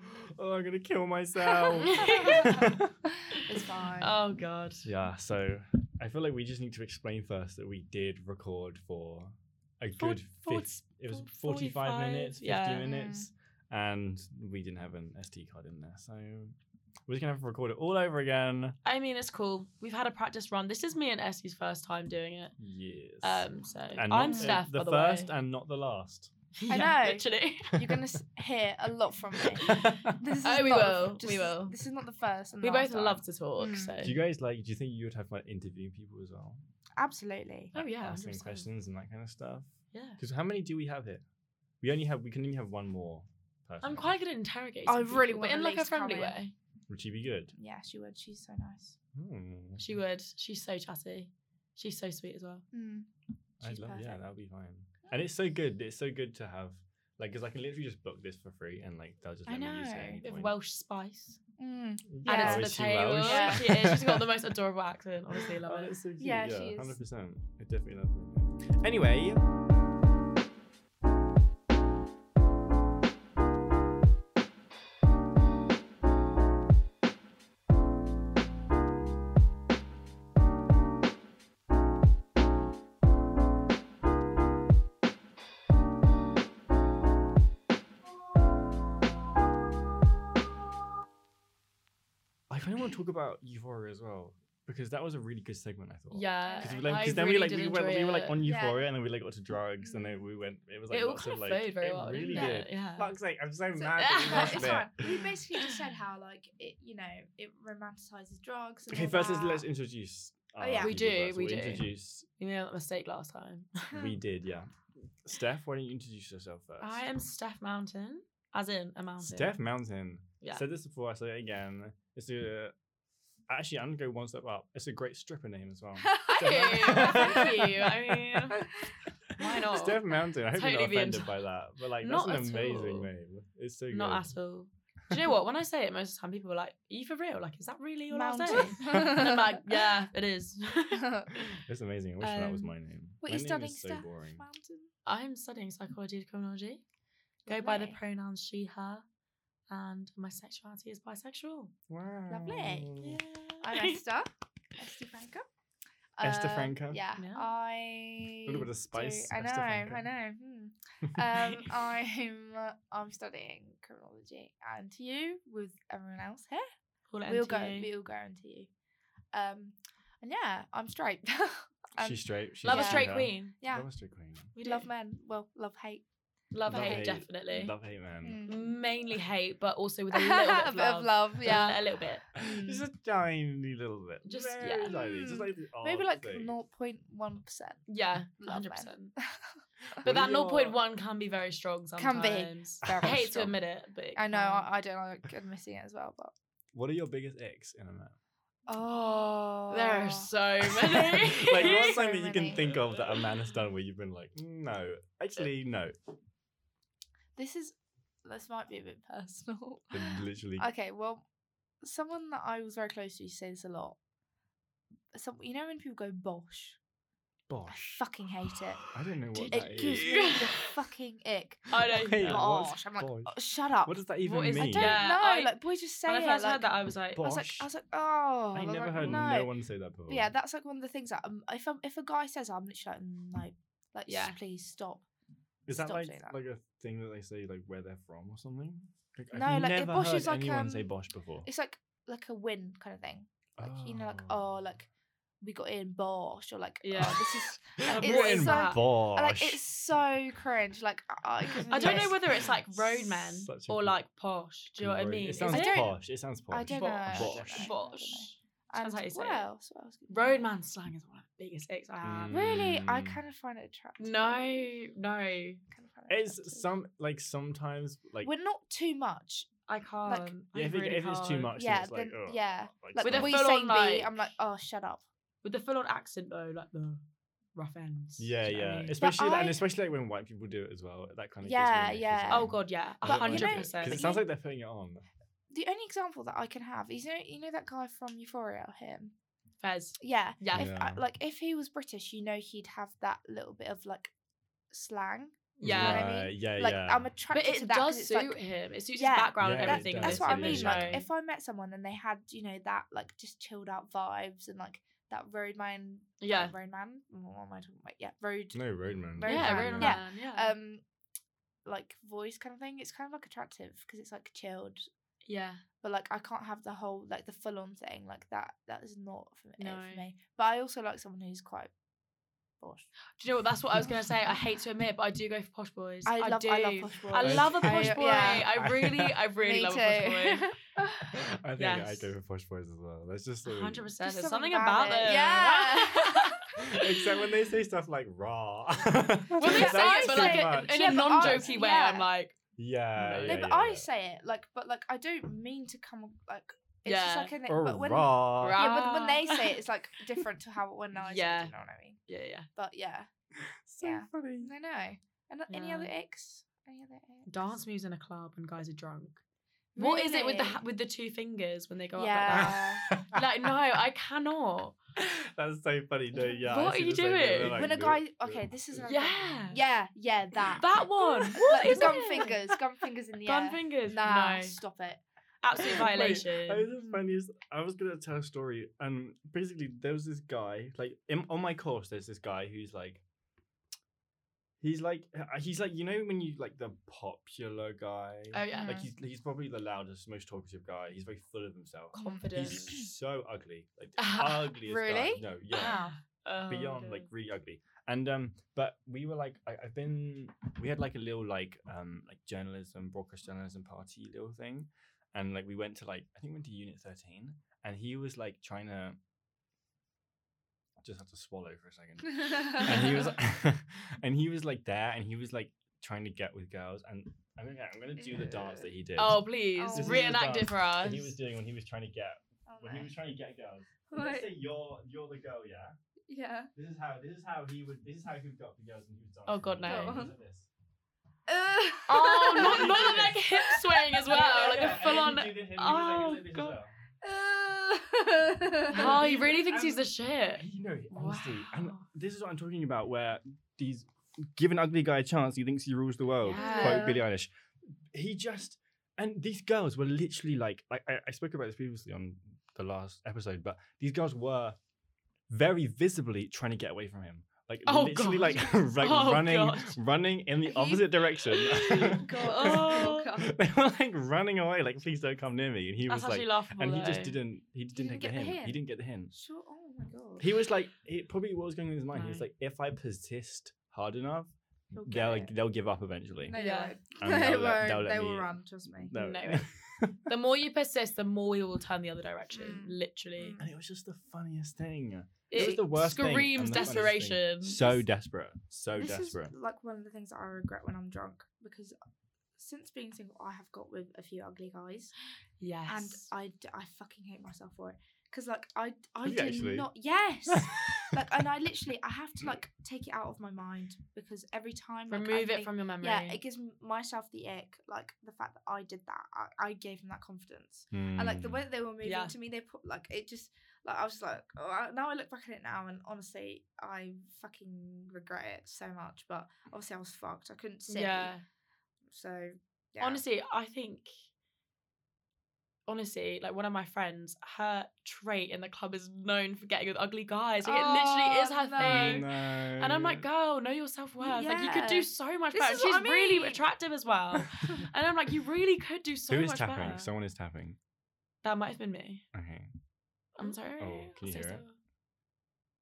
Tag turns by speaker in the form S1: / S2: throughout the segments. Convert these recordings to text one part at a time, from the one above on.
S1: Mm.
S2: oh, I'm gonna kill myself.
S3: it's fine.
S1: oh god.
S2: yeah, so I feel like we just need to explain first that we did record for a
S1: Four-
S2: good
S1: four-
S2: fif- it was
S1: four-
S2: 45,
S1: 45,
S2: minutes, 50
S1: yeah.
S2: minutes, and we didn't have an SD card in there, so we're just gonna have to record it all over again.
S1: I mean, it's cool. We've had a practice run. This is me and Essie's first time doing it.
S2: Yes.
S1: Um, so
S2: and not,
S1: I'm
S2: uh,
S1: Steph,
S2: the
S1: by the
S2: first
S1: way.
S2: and not the last.
S1: Yeah,
S3: I know.
S1: literally.
S3: You're gonna s- hear a lot from me. This is
S1: Oh, we
S3: not the-
S1: will, we
S3: just-
S1: will.
S3: This is not the first. And
S1: we
S3: last
S1: both
S3: time.
S1: love to talk.
S3: Mm.
S1: So.
S2: do you guys like? Do you think you would have fun interviewing people as well?
S3: Absolutely.
S1: oh yeah.
S2: asking
S1: 100%.
S2: questions and that kind of stuff.
S1: Yeah.
S2: Because how many do we have here? We only have. We can only have one more. Person.
S1: I'm quite good at interrogating.
S3: I
S1: people,
S3: really
S1: but
S3: want
S1: in like a
S3: Elise to come
S1: friendly
S3: in.
S1: way.
S2: Would she be good?
S3: Yeah, she would. She's so nice.
S2: Hmm.
S1: She would. She's so chatty. She's so sweet as well.
S3: Mm.
S2: I'd
S3: She's
S2: love, yeah,
S3: perfect.
S2: that would be fine. And it's so good. It's so good to have, like, because I can literally just book this for free and, like, they'll just
S3: I
S2: let me use it. at
S3: know.
S2: any
S1: With
S2: point.
S1: Welsh spice.
S3: Mm.
S2: Yeah.
S3: added
S2: Oh,
S1: Added
S2: is
S1: to
S2: she
S1: the table.
S2: Welsh?
S3: Yeah.
S1: She is. She's got the most adorable accent. Honestly,
S2: Oh,
S1: love it.
S2: that's so cute.
S3: Yeah,
S2: Yeah,
S3: she is.
S2: 100%. I definitely love her. Anyway. I kind of want to talk about Euphoria as well because that was a really good segment. I thought.
S1: Yeah.
S2: Because we,
S1: I
S2: like, 'cause then
S1: really
S2: we like
S1: did
S2: we, went,
S1: enjoy
S2: we were like
S1: it. Mm-hmm.
S2: on
S3: Yeah.
S2: Euphoria and then we like got to drugs and then we went. It was like
S1: it all
S2: lots
S1: kind
S2: of
S1: of
S2: like
S1: flowed very
S2: it
S1: well. didn't
S2: really
S1: it?
S2: did.
S1: Yeah.
S2: Fuck's sake, I'm so
S3: Um, So-
S2: mad. that Oh, we
S1: No,
S2: missed
S3: it's
S2: it.
S3: fine. We basically just said how like it, you know, it romanticizes drugs. And
S2: Okay,
S3: all
S2: first is
S3: that.
S2: let's introduce.
S3: Oh,
S2: our
S3: yeah.
S1: We
S2: people
S1: do,
S2: first.
S1: we
S2: We'll
S1: do.
S2: Introduce.
S1: You made that mistake last time.
S2: We did, yeah. Steph, why don't you introduce yourself first?
S1: I am Steph Mountain, as in a mountain.
S2: Steph Mountain.
S1: Yeah.
S2: Said this before. I say it again. It's a. Actually, I'm gonna go one step up. It's a great stripper name as well.
S1: Hey,
S2: Steph-
S1: thank you. I mean, why not?
S2: Steph Mountain. I hope you're
S1: Totally
S2: not
S1: be
S2: offended
S1: enti-
S2: by that, but like
S1: Not
S2: that's
S1: at
S2: an amazing
S1: all.
S2: name. It's so good.
S1: not at all. Do you know what? When I say it, most of the time people are like, "Are you for real? Like, is that really all I say?"
S3: Mountain.
S1: And I'm like, "Yeah, it is."
S2: It's amazing. I wish that was
S1: Um,
S2: my name.
S3: What
S2: my
S3: you
S2: name
S3: studying,
S2: is so
S3: Steph
S2: boring.
S3: Mountain?
S1: I'm studying psychology and criminology. Go by the
S3: Lovely.
S1: pronouns she/her, and my sexuality is bisexual.
S2: Wow.
S3: Lovely. I'm
S1: I
S3: Esther. Esther Franco.
S2: Esther
S3: Um,
S2: Franco?
S3: Yeah.
S1: Yeah.
S3: I.
S2: A little bit
S3: do-
S2: of spice.
S3: I know.
S2: Esther Franco.
S3: I know. hmm. Um, I'm uh, I'm studying criminology, and you with everyone else here.
S1: Call it
S3: We'll go.
S1: NTA.
S3: We'll go into you. Um, and yeah, I'm straight. and
S2: She's straight. She's
S1: Love a
S3: Yeah.
S1: straight
S2: she-her.
S1: queen.
S3: yeah,
S2: Love a straight queen.
S1: We
S3: love
S1: do.
S3: men. Well, love hate.
S1: Love,
S2: Love
S1: hate,
S2: hate.
S1: definitely.
S2: Love hate man.
S3: Mm.
S1: Mainly hate, but also with a little bit of love.
S3: yeah.
S1: a little bit.
S2: Just a tiny little bit.
S1: Just-
S2: Very
S1: yeah.
S2: tiny, Just
S3: Mm.
S2: like the
S3: Maybe
S2: odd
S3: like
S2: thing.
S3: 0.1 percent.
S1: Yeah,
S3: Love
S1: hundred
S3: that.
S1: percent.
S2: What
S1: But that
S2: are your-
S1: 0.1 can be very strong
S3: Can
S1: sometimes.
S3: be.
S1: I
S3: Very
S1: hate to
S3: strong.
S1: admit it, but it
S3: I know.
S1: can.
S3: I, I don't like admitting it as well, but
S2: What are your biggest icks in a man?
S3: oh,
S1: there are so many.
S2: like what's
S3: So
S2: something that you
S3: many.
S2: can think of that a man has done where you've been like, no, actually no.
S3: This is this might be a bit
S2: Hm.
S3: personal.
S2: It literally
S3: okay, well, someone that I was very close to used to say this a lot. Some, you know when people go bosh, I
S2: bosh.
S3: fucking hate it.
S2: I don't know what
S1: Did-
S2: that
S3: It
S2: is.
S3: gives me the fucking ick.
S1: I don't
S2: Wait,
S1: know.
S2: what's
S3: Bosh. I'm like,
S2: bosh?
S3: oh, shut up.
S2: What does that even
S1: is-
S3: I
S2: mean?
S3: don't
S1: Yeah,
S3: know.
S1: I-
S3: like, boy, just say
S1: When I
S3: it.
S1: first
S3: like,
S1: heard that, I was like,
S3: I was like, I was like, oh,
S2: I
S3: was
S2: never
S3: like,
S2: heard
S3: no.
S2: no. one say that before.
S3: But yeah, that's like one of the things that um, if i if a guy says, it, I'm literally like, "Mm, no, like,
S1: Yeah.
S3: just please stop.
S2: Is that
S3: Stop
S2: like
S3: doing that.
S2: like a thing that they say like where they're from or something? Like,
S3: No,
S2: I've
S3: like, it-
S2: never
S3: Bosch
S2: heard
S3: is like,
S2: anyone say
S3: um,
S2: Bosch before.
S3: It's like like a win kind of thing. Like you know, like oh, like we got in Bosh, or like yeah,
S1: Yeah.
S3: this is
S2: like,
S3: it's-
S2: it's,
S3: it's um, like-
S2: Bosch.
S3: like it's so cringe. Like I, it gives me
S1: I don't
S3: the
S1: know
S3: ick.
S1: whether it's like roadman
S2: Such a
S1: or
S2: good-
S1: like posh. Do you know what I
S2: Road-
S1: mean?
S2: It
S1: Is
S2: sounds
S3: I don't-
S2: posh. It sounds posh.
S3: I don't know. I
S1: Bosh.
S3: don't know,
S2: Bosh.
S3: I don't
S1: Bosh.
S3: know.
S1: Sounds
S3: And
S1: how you say
S3: what
S1: it.
S3: else? What else? could there be?
S1: Roadman slang is one of the biggest icks I have.
S2: Mm.
S3: Really, I
S2: Mm.
S3: kind of find it attractive.
S1: No,
S3: I
S1: no,
S3: kind of find it attractive.
S2: It's some like sometimes like
S3: We're not too much.
S1: I can't.
S2: yeah,
S1: I
S2: if, it,
S1: really
S2: if it's too
S1: can't.
S2: much, then
S3: yeah,
S2: it's like
S3: then
S2: oh,
S3: yeah.
S2: like,
S3: Like
S1: With a
S3: we
S1: full
S3: say
S1: on,
S3: B,
S1: like-
S3: I'm like, oh, shut up.
S1: with the full-on accent though, like the rough ends.
S2: yeah,
S1: do you know what I
S2: yeah.
S1: mean?
S2: Especially like,
S3: I-
S2: and especially like when white people do it as well. That kind of
S3: Yeah,
S2: Gives me an ick as
S3: yeah.
S2: well.
S1: Oh god, yeah,
S2: I don't
S1: a
S2: like
S1: hundred
S2: it,
S1: percent.
S2: 'cause it sounds like they're putting it on.
S3: The only example that I can have is you know, you know that guy from Euphoria, him.
S1: Fez.
S3: Yeah.
S1: Yeah.
S3: If,
S2: Yeah.
S3: uh, like if he was British, you know he'd have that little bit of like slang.
S1: Yeah.
S3: I
S2: Right, yeah,
S3: like
S2: yeah.
S3: I'm
S1: But
S3: attracted
S1: it
S3: to that 'cause
S1: does
S3: it's
S1: suit
S3: like
S1: him. It suits
S3: Yeah,
S1: his background and
S2: yeah, it
S1: everything.
S2: does,
S1: in
S3: that's
S1: this
S3: what I
S2: yeah.
S3: mean.
S1: show.
S3: Like if I met someone and they had you know that like just chilled out vibes and like that road man,
S1: yeah,
S3: road man. What am I talking about? Yeah, road.
S2: no roadman.
S3: Very
S1: yeah,
S3: man,
S1: very
S3: yeah.
S1: man, yeah,
S3: Um, like voice kind of thing. It's kind of like attractive because it's like chilled,
S1: yeah.
S3: but like I can't have the whole like the full on thing like that. That is not for me,
S1: No.
S3: for me. But I also like someone who's quite bosh.
S1: Do you know what? That's what I was gonna say. I hate to admit, but I do go for posh boys.
S3: I, love
S1: do.
S3: I love posh boys.
S1: I love a
S2: I-
S1: posh boy.
S3: yeah.
S1: I really, I really
S3: me
S1: love
S3: too.
S1: a posh boy.
S2: I think I
S1: Yes.
S2: go for posh boys as well. That's just so-
S1: Hundred percent.
S3: Just
S1: There's something
S3: something
S1: about
S3: about it.
S1: them.
S3: Yeah.
S2: Except when they say stuff like raw.
S1: When they
S3: That's
S1: say it, but
S3: so
S1: like
S3: much.
S1: in, in
S3: Yeah,
S1: a
S3: but
S1: non
S3: ours-
S1: jokey way,
S3: yeah.
S1: I'm like,
S2: yeah,
S1: No,
S2: yeah,
S3: No,
S2: yeah,
S3: but I say it like, but like I don't mean to come like. It's just
S1: Yeah.
S3: like an,
S2: or
S3: but when
S2: raw.
S1: Raw.
S3: yeah, but when they
S1: Ah.
S3: say it, it's like different to how when I
S1: Yeah.
S3: say it. You know what I mean?
S1: yeah, yeah.
S3: But yeah,
S2: So
S3: Yeah.
S2: funny.
S3: I know. And uh, any
S1: Yeah.
S3: other icks? Any other icks?
S1: Dance moves in a club when guys are drunk. What is it with the
S3: Really?
S1: ha- with the two fingers when they go
S3: Yeah.
S1: up like that? Like, no, I cannot.
S2: That's so funny. No, yeah. I
S1: What are
S2: see
S1: you
S2: the same thing,
S1: doing?
S2: they're like,
S3: when a
S2: "Nope,
S3: guy,
S2: nope."
S3: okay, this is another thing.
S1: Yeah.
S3: yeah, yeah, that,
S1: That one.
S3: like
S1: What
S3: the
S1: is
S3: gum
S1: it?
S3: fingers, gum fingers in the
S1: Gun
S3: air.
S1: fingers.
S3: Nah,
S1: No.
S3: stop it.
S1: Absolute
S2: Wait,
S1: violation.
S2: that was the funniest. I was gonna tell a story, and basically there was this guy, like in, on my course, there's this guy who's like, he's like, uh, he's like, you know, when you like the popular guy,
S1: oh yeah.
S3: Mm.
S2: like he's he's probably the loudest, most talkative guy. He's very full of himself.
S1: Confidence.
S2: He's so ugly, like ugly. Guy.
S3: Really?
S2: No, yeah
S3: Wow.
S1: Oh,
S2: beyond like
S1: dear.
S2: really ugly and um but we were like I, i've been we had like a little like um like journalism broadcast journalism party little thing and like we went to like i think we went to unit 13 and he was like trying to just have to swallow for a second and he was and he was like there and he was like trying to get with girls and i'm gonna, I'm gonna do the dance that he did
S1: Oh please,
S3: This is the
S1: reenact it
S2: dance
S1: for us.
S2: that he was doing when he was trying to get
S3: Oh,
S2: when he
S3: no.
S2: was trying to get girls let's
S3: Right,
S2: say you're you're the girl yeah
S3: Yeah.
S2: this is how this is how he would this is how he would got the girls and he was dancing.
S1: Oh, God,
S3: no.
S2: He was like this.
S3: Ugh.
S1: Oh,
S2: He
S1: not,
S2: did
S1: not the,
S2: this.
S1: like hip swaying as well, Oh, like
S2: yeah,
S1: a full
S2: And
S1: on.
S2: then he did him, he was like- he was like this as
S1: Oh, God.
S2: well.
S1: Oh,
S3: oh,
S1: he really thinks he's the shit.
S2: You know, honestly, and
S1: Wow.
S2: this is what I'm talking about. Where these give an ugly guy a chance, he thinks he rules the world.
S3: Yeah.
S2: Quote Billie Eilish. He just and these girls were literally like, like I, I spoke about this previously on the last episode, but these girls were very visibly trying to get away from him. Like
S1: Oh,
S2: literally,
S1: God.
S2: like, like
S1: Oh,
S2: running,
S1: God.
S2: running in the
S3: He-
S2: opposite direction.
S1: Oh, God.
S2: they were like running away, like please don't come near me. And he
S1: That's
S2: was
S1: actually
S2: like,
S1: laughable.
S2: and he just
S1: though.
S2: didn't, he didn't,
S3: didn't
S2: take
S3: get
S2: the
S3: the
S2: hint. He
S3: hint.
S2: didn't get the hint.
S3: Sure. Oh my god.
S2: He was like, he probably what was going on in his mind. He was
S1: No.
S2: like, if I persist hard enough,
S3: He'll get
S2: they'll
S3: it.
S2: they'll give up eventually.
S3: No,
S1: Yeah.
S2: And
S3: they won't. They
S2: they'll let- they'll let
S3: won't. They will
S2: me-
S3: run. Trust me.
S2: No.
S1: No. The more you persist, the more we will turn the other direction.
S3: Mm.
S1: Literally,
S3: Mm.
S2: and it was just the funniest thing.
S1: it,
S2: It was the worst thing and
S1: Screams
S2: the funniest thing.
S1: desperation.
S2: So desperate, so
S3: this
S2: desperate.
S3: is like one of the things that I regret when I'm drunk because since being single, I have got with a few ugly guys,
S1: yes.
S3: and I, d- I fucking hate myself for it. Cause like I I
S2: Have you
S3: do
S2: actually?
S3: not yes like and I literally I have to like take it out of my mind because every time like, I
S1: remove it
S3: think-
S1: from your memory.
S3: yeah it gives m- myself the ick like the fact that I did that I, I gave him that confidence and like the
S2: Hmm.
S3: way that they were moving
S1: Mm. Yeah.
S3: to me they put like it just like I was just like oh, I- now I look back at it now and honestly I fucking regret it so much but obviously I was fucked I couldn't see
S1: yeah.
S3: so yeah.
S1: Honestly, I think honestly, like one of my friends, her trait in the club is known for getting with ugly guys. Like, it literally
S3: Oh,
S1: is her
S3: no.
S1: thing.
S2: No.
S1: And I'm like, girl, know your self worth. Like you could do
S3: Yeah.
S1: so much
S3: This
S1: better.
S3: is
S1: She's
S3: what I
S1: really
S3: mean.
S1: attractive as well. and I'm like, you really could do so
S2: Who is
S1: much
S2: tapping?
S1: better.
S2: Someone is tapping.
S1: That might have been me.
S2: Okay,
S1: I'm sorry.
S2: Oh, can
S1: I'm
S2: you
S1: so
S2: hear it?
S1: sorry.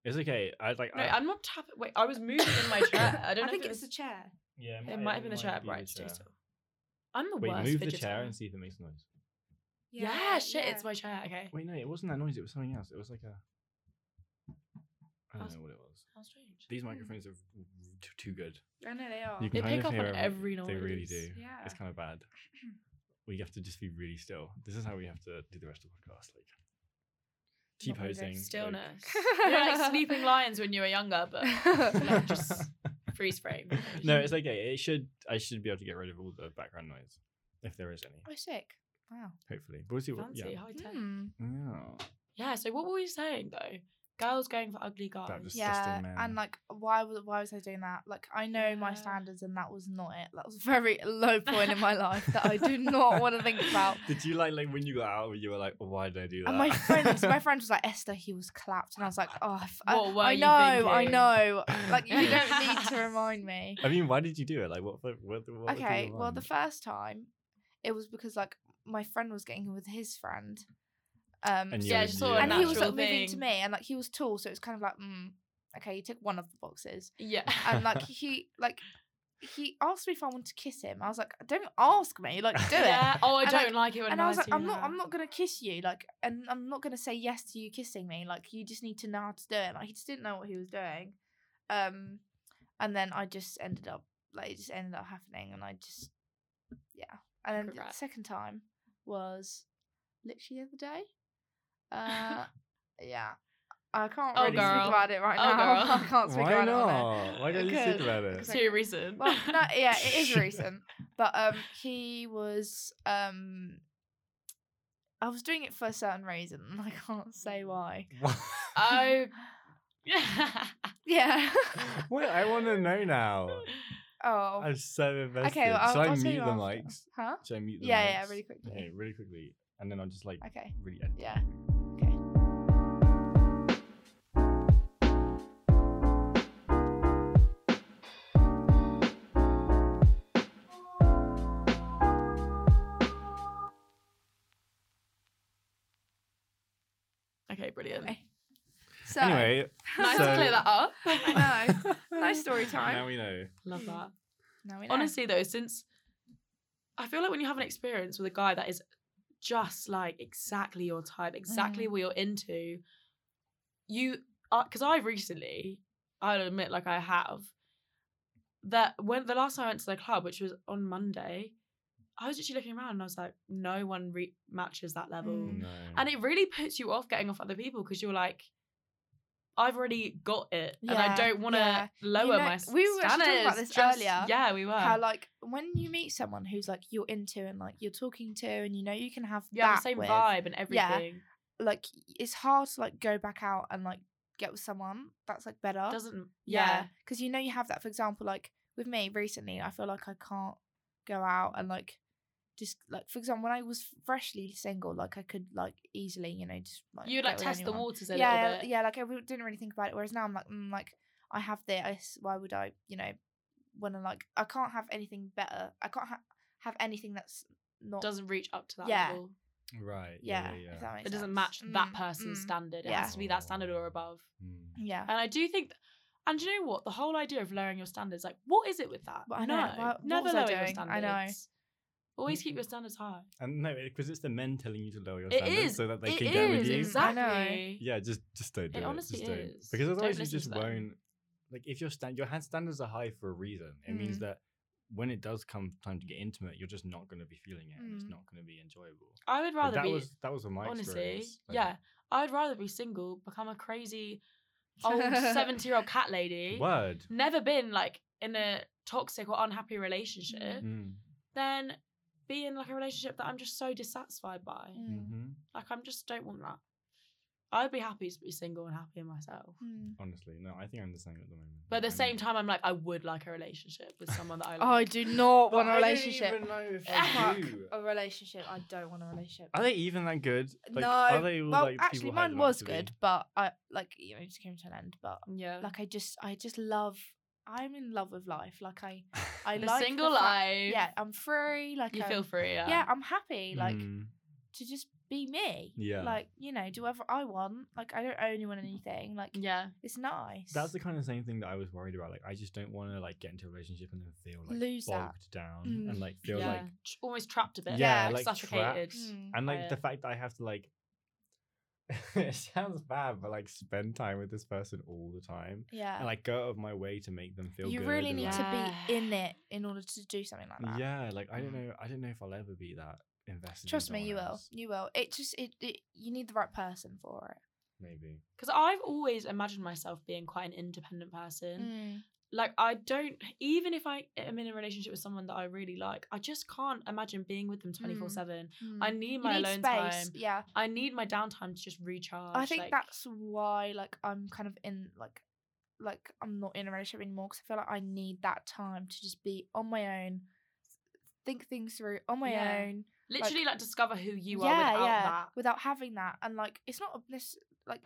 S2: it's okay. I like.
S1: No,
S2: I,
S1: I'm not tapping. Wait, I was moving in my chair. I
S3: I,
S1: don't know.
S3: think
S1: if
S3: it's the chair
S2: yeah,
S1: It might have been a
S2: might
S1: chair.
S2: be the
S1: Right, stay
S2: chair.
S1: still. I'm the
S2: Wait,
S1: worst.
S2: move the
S1: fidgeter.
S2: chair and see if it makes noise.
S1: Yeah, shit, it's my chair. Okay.
S2: Wait, no, it wasn't that noise. It was something else. It was like a. I don't
S1: How's-
S2: know what it was.
S1: How strange.
S2: These microphones are t- too good.
S3: I know they are
S2: You
S1: They
S2: kind
S1: pick
S2: of
S1: up on
S2: hear
S1: every noise.
S2: They really do.
S3: yeah
S2: It's kind of bad. We have to just be really still. This is how we have to do the rest of the podcast. Like, keep
S3: Not really go
S2: posing. like-
S1: Stillness. you know, like sleeping lions when you were younger, but like, just freeze frame.
S2: no, it's okay. It should. I should be able to get rid of all the background noise, if there is any.
S3: oh sick wow
S2: Hopefully, but we'll see what.
S1: fancy,
S2: Yeah.
S1: high tech.
S3: Hmm.
S2: yeah.
S1: Yeah. So what were we saying though? Girls going for ugly guys.
S2: was- Disgusting
S3: Yeah,
S2: man.
S3: and like, why was why was I doing that? Like, I know my
S1: Yeah.
S3: standards, and that was not it. That was a very low point in my life that I do not want to think about.
S2: Did you like like when you got out? You were like, why did I do that?
S3: And my friend, so my friend was like, Esther, he was clapped, and I was like, oh, if- I,
S1: What were
S3: I
S1: you
S3: know, I
S1: thinking?
S3: know. Like, you don't need to remind me.
S2: I mean, why did you do it? Like, what? What? what what was in
S3: Okay,
S2: your
S3: well, the
S2: mind?
S3: first time, it was because like my friend was getting with his friend, um,
S2: And you
S1: yeah,
S2: were
S1: just
S2: new.
S1: sort of a
S3: and he was
S1: natural
S3: like moving to
S1: thing.
S3: me, and like he was tall, so it was kind of like, mm, okay, you took one of the boxes,
S1: Yeah.
S3: and like he like he asked me if I wanted to kiss him. I was like, don't ask me, like do it.
S1: yeah. Oh, I
S3: And, like-
S1: don't like it when
S3: And I was
S1: guys
S3: like,
S1: do
S3: I'm not,
S1: that.
S3: I'm not gonna kiss you, like, and I'm not gonna say yes to you kissing me. Like, you just need to know how to do it. Like, he just didn't know what he was doing, um, and then I just ended up, like, it just ended up happening, and I just, yeah. And then the
S1: Congrats.
S3: second time was literally the other day. Uh, yeah, I can't
S1: Oh,
S3: really
S1: girl.
S3: speak about it right
S1: Oh,
S3: now. I
S1: girl.
S3: can't speak
S2: Why
S3: about it. on air.
S2: not? Why don't you think
S3: Because-
S2: about it?
S3: because I-
S1: Too recent.
S3: Well, no, yeah, it is recent. But um, he was um, I was doing it for a certain reason. and I can't say why.
S1: oh. Yeah.
S3: Yeah.
S2: Wait, I want to know now.
S3: oh.
S2: I'm so invested.
S3: okay. Well, I'll,
S2: Should I
S3: I'll tell
S2: mute
S3: you
S2: the
S3: after.
S2: mics?
S3: Huh?
S2: Should I mute the
S3: Yeah,
S2: mics?
S3: yeah, really quickly.
S2: Okay, really quickly, and then I'll just like
S3: Okay.
S2: really edit.
S3: Yeah.
S1: Okay, brilliant.
S3: Anyway. So
S2: Anyway, eh,
S1: Nice to clear that up.
S3: I know. Nice story time.
S2: Now we know.
S1: Love that.
S3: now we know.
S1: Honestly, though, since I feel like when you have an experience with a guy that is just like exactly your type, exactly what you're into, you are because I've recently, I'll admit, like I have, that when the last time I went to the club, which was on Monday, I was actually looking around and I was like, no one re- matches that level.
S3: Mm.
S2: No.
S1: And it really puts you off getting off other people because you're like, I've already got it, and I
S3: Yeah,
S1: don't want to
S3: yeah.
S1: lower
S3: know,
S1: my
S3: we were actually
S1: standards.
S3: talking about this
S1: just-
S3: earlier,
S1: Yeah, we were.
S3: How like when you meet someone who's like you're into and like you're talking to and you know you can have
S1: yeah, the
S3: that
S1: same
S3: with,
S1: vibe and everything.
S3: Like it's hard to like go back out and like get with someone that's like better.
S1: Doesn't.
S3: Yeah,
S1: Yeah.
S3: because you know you have that. For example, like with me recently, I feel like I can't go out and like just like for example, when I was freshly single, like I could like easily, you know, just like
S1: you like
S3: get with
S1: test the
S3: anyone.
S1: waters a
S3: yeah,
S1: little bit.
S3: yeah. Like I re- didn't really think about it. Whereas now I'm like, mm, like I have this. Why would I, you know, want to like? I can't have anything better. I can't ha- have anything that's not.
S1: Doesn't reach up to that
S3: Yeah.
S1: level.
S2: Right. Yeah.
S3: yeah,
S2: yeah,
S3: If
S2: yeah.
S3: that makes
S1: It doesn't match
S3: sense.
S1: that
S3: Mm,
S1: person's
S3: mm,
S1: standard. It
S3: yeah.
S1: has to be that standard or above.
S2: Mm.
S3: Yeah.
S1: And I do think, and do you know what? The whole idea of lowering your standards, like, what is it with that?
S3: Well, I
S1: no,
S3: know. Why- what
S1: never
S3: was I
S1: lower your
S3: doing? I know.
S1: standards. Always keep your standards high.
S2: And no, because it's the men telling you to lower your
S1: It
S2: standards
S1: is.
S2: so that they
S1: It
S2: can get with
S1: is,
S2: you.
S3: Mm,
S1: Exactly.
S2: Yeah, just just don't do it.
S1: honestly
S2: just don't.
S1: is.
S2: Because
S1: Don't
S2: otherwise you
S1: listen
S2: just
S1: to them.
S2: won't. Like if your stand your hand standards are high for a reason, it means
S3: Mm.
S2: that when it does come time to get intimate, you're just not going to be feeling it, and it's
S3: Mm.
S2: not going to be enjoyable.
S1: I would
S2: But
S1: rather
S2: that
S1: be
S2: was that was my
S1: honestly,
S2: experience. like,
S1: yeah. I'd rather be single, become a crazy old seventy-year-old cat lady.
S2: Word.
S1: never been like in a toxic or unhappy relationship
S2: Mm.
S1: then be in like a relationship that i'm just so dissatisfied by
S3: Mm,
S2: hmm
S1: like i'm just don't want that i'd be happy to be single and happy in myself
S3: mm.
S2: Honestly, no, I think I'm the same at the moment.
S1: but at the
S2: I'm-
S1: same time i'm like i would like a relationship with someone that i
S3: Oh, I
S1: like
S3: do not
S2: But
S3: want a
S2: I don't
S3: relationship.
S2: even know if I
S3: Fuck
S2: do.
S3: a relationship. I don't want a relationship.
S2: Are they even that good? Like,
S3: no.
S2: Are they all,
S3: well,
S2: like,
S3: actually,
S2: people hype
S3: mine
S2: them up
S3: was
S2: to be?
S3: good, but I like you know it just came to an end. But
S1: yeah
S3: like I just, I just love. I'm in love with life. Like I, I
S1: the
S3: like
S1: single
S3: the fact-
S1: life
S3: Yeah, I'm free. Like
S1: you
S3: um,
S1: feel free yeah,
S3: Yeah, I'm happy. Like
S2: Mm.
S3: to just be me.
S2: Yeah. Mm.
S3: Like you know, do whatever I want. Like I don't owe anyone anything. Like
S1: yeah
S3: it's nice.
S2: That's the kind of same thing that I was worried about. Like, I just don't want to like get into a relationship and then feel like
S3: Lose that.
S2: bogged down
S3: Mm.
S2: and like feel
S1: yeah.
S2: like
S1: Tr- almost trapped a bit
S2: yeah,
S3: Yeah,
S2: like
S1: suffocated
S2: trapped.
S3: Mm.
S2: And like
S1: by
S2: the
S1: it.
S2: fact that I have to like, it sounds bad, but like spend time with this person all the time
S3: yeah.
S2: and like go out of my way to make them feel.
S3: you
S2: good
S3: really
S2: and,
S3: need
S2: like,
S3: to be
S1: Yeah.
S3: in it in order to do something like that.
S2: Yeah, like I don't
S1: Mm.
S2: know. I don't know if I'll ever be that invested. in
S3: Trust me,
S2: someone
S3: you will.
S2: else,
S3: You will. It just it, it you need the right person for
S2: Maybe.
S1: because i've always imagined myself being quite an independent
S3: it.
S1: person like I don't even if I am in a relationship with someone that I really like, I just can't imagine being with them twenty four seven. I need
S3: Hmm. mm. You
S1: my
S3: need
S1: alone
S3: space.
S1: time.
S3: Yeah.
S1: I need my downtime to just recharge.
S3: I think
S1: like-
S3: that's why like I'm kind of in like like I'm not in a relationship anymore because I feel like I need that time to just be on my own, think things through on my
S1: Yeah.
S3: own.
S1: literally like, discover who you
S3: Yeah,
S1: are without
S3: yeah.
S1: that.
S3: without having that and like it's not a bliss like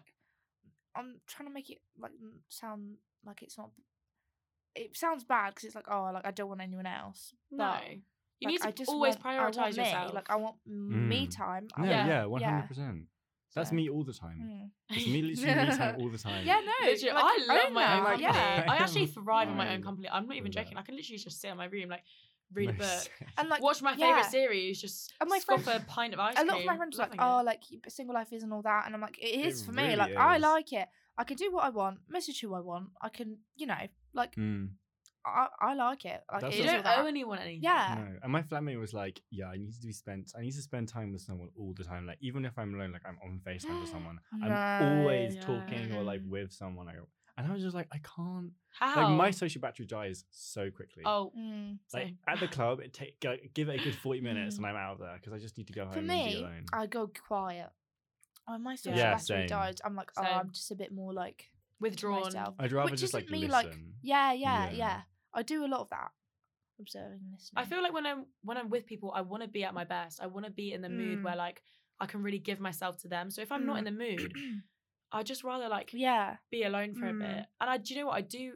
S3: i'm trying to make it like n- sound like it's not it sounds bad because it's like oh like i don't want anyone else
S1: No,
S3: but,
S1: you
S3: like,
S1: need to
S3: I just
S1: always
S3: want- I want
S1: prioritize
S3: me.
S1: yourself.
S3: like i want m me
S2: Mm.
S3: time I
S2: No,
S3: want-
S1: Yeah.
S2: yeah, one
S3: yeah.
S2: hundred percent. That's
S3: So,
S2: me all the time.
S3: mm.
S2: It's me literally me time all the time.
S3: yeah no
S1: Literally,
S3: like,
S1: I love
S3: own
S1: my own
S3: that,
S1: company.
S3: yeah
S1: I actually thrive in my own
S2: Fine.
S1: company. I'm not even
S2: Love that.
S1: joking. I can literally just sit in my room, like read a
S2: No,
S1: book,
S2: seriously.
S3: and like
S1: watch my favorite
S3: yeah.
S1: series, just
S3: And my
S1: scoff
S3: friends-
S1: a pint of ice
S3: a
S1: cream.
S3: lot of my friends are like,
S1: loving it.
S3: oh, like y- single life isn't all that, and I'm like, it
S2: It
S3: is for me.
S2: really
S3: Like I
S2: is.
S3: like it. I can do what I want, message who I want. I can, you know, like
S2: Mm.
S3: I, I like it. Like
S2: That's
S1: you
S3: it is
S2: what-
S3: all
S1: don't
S3: that.
S1: owe anyone anything.
S3: Yeah.
S2: No. And my flatmate was like, Yeah, I need to be spent I need to spend time with someone all the time. Like even if I'm alone, like I'm on FaceTime with someone. I'm always
S1: No.
S2: talking or like
S3: Mm-mm.
S2: with someone. I, and I was just like, I can't
S1: How?
S2: like my social battery dies so quickly.
S1: oh,
S3: Oh, Mm.
S2: like
S1: same.
S2: at the club, it take g- give it a good forty minutes and I'm out of there because I just need to go home
S3: For
S2: and be
S3: me,
S2: alone.
S3: I go quiet. When my social
S2: Yeah,
S3: battery
S2: same.
S3: dies, I'm like, oh,
S1: Same.
S3: I'm just a bit more like
S1: withdrawn.
S3: myself.
S2: I'd rather
S3: Which
S2: just like
S3: isn't me,
S2: listen.
S3: like yeah, yeah,
S2: Yeah.
S3: yeah, I do a lot of that, observing, listening.
S1: I feel like when I'm when I'm with people, I want to be at my best. I want to be in the mood
S3: Mm.
S1: where like I can really give myself to them. So if I'm not in the mood, I just rather like
S3: yeah,
S1: be alone for a
S3: Mm.
S1: bit. And I, do you know what I do?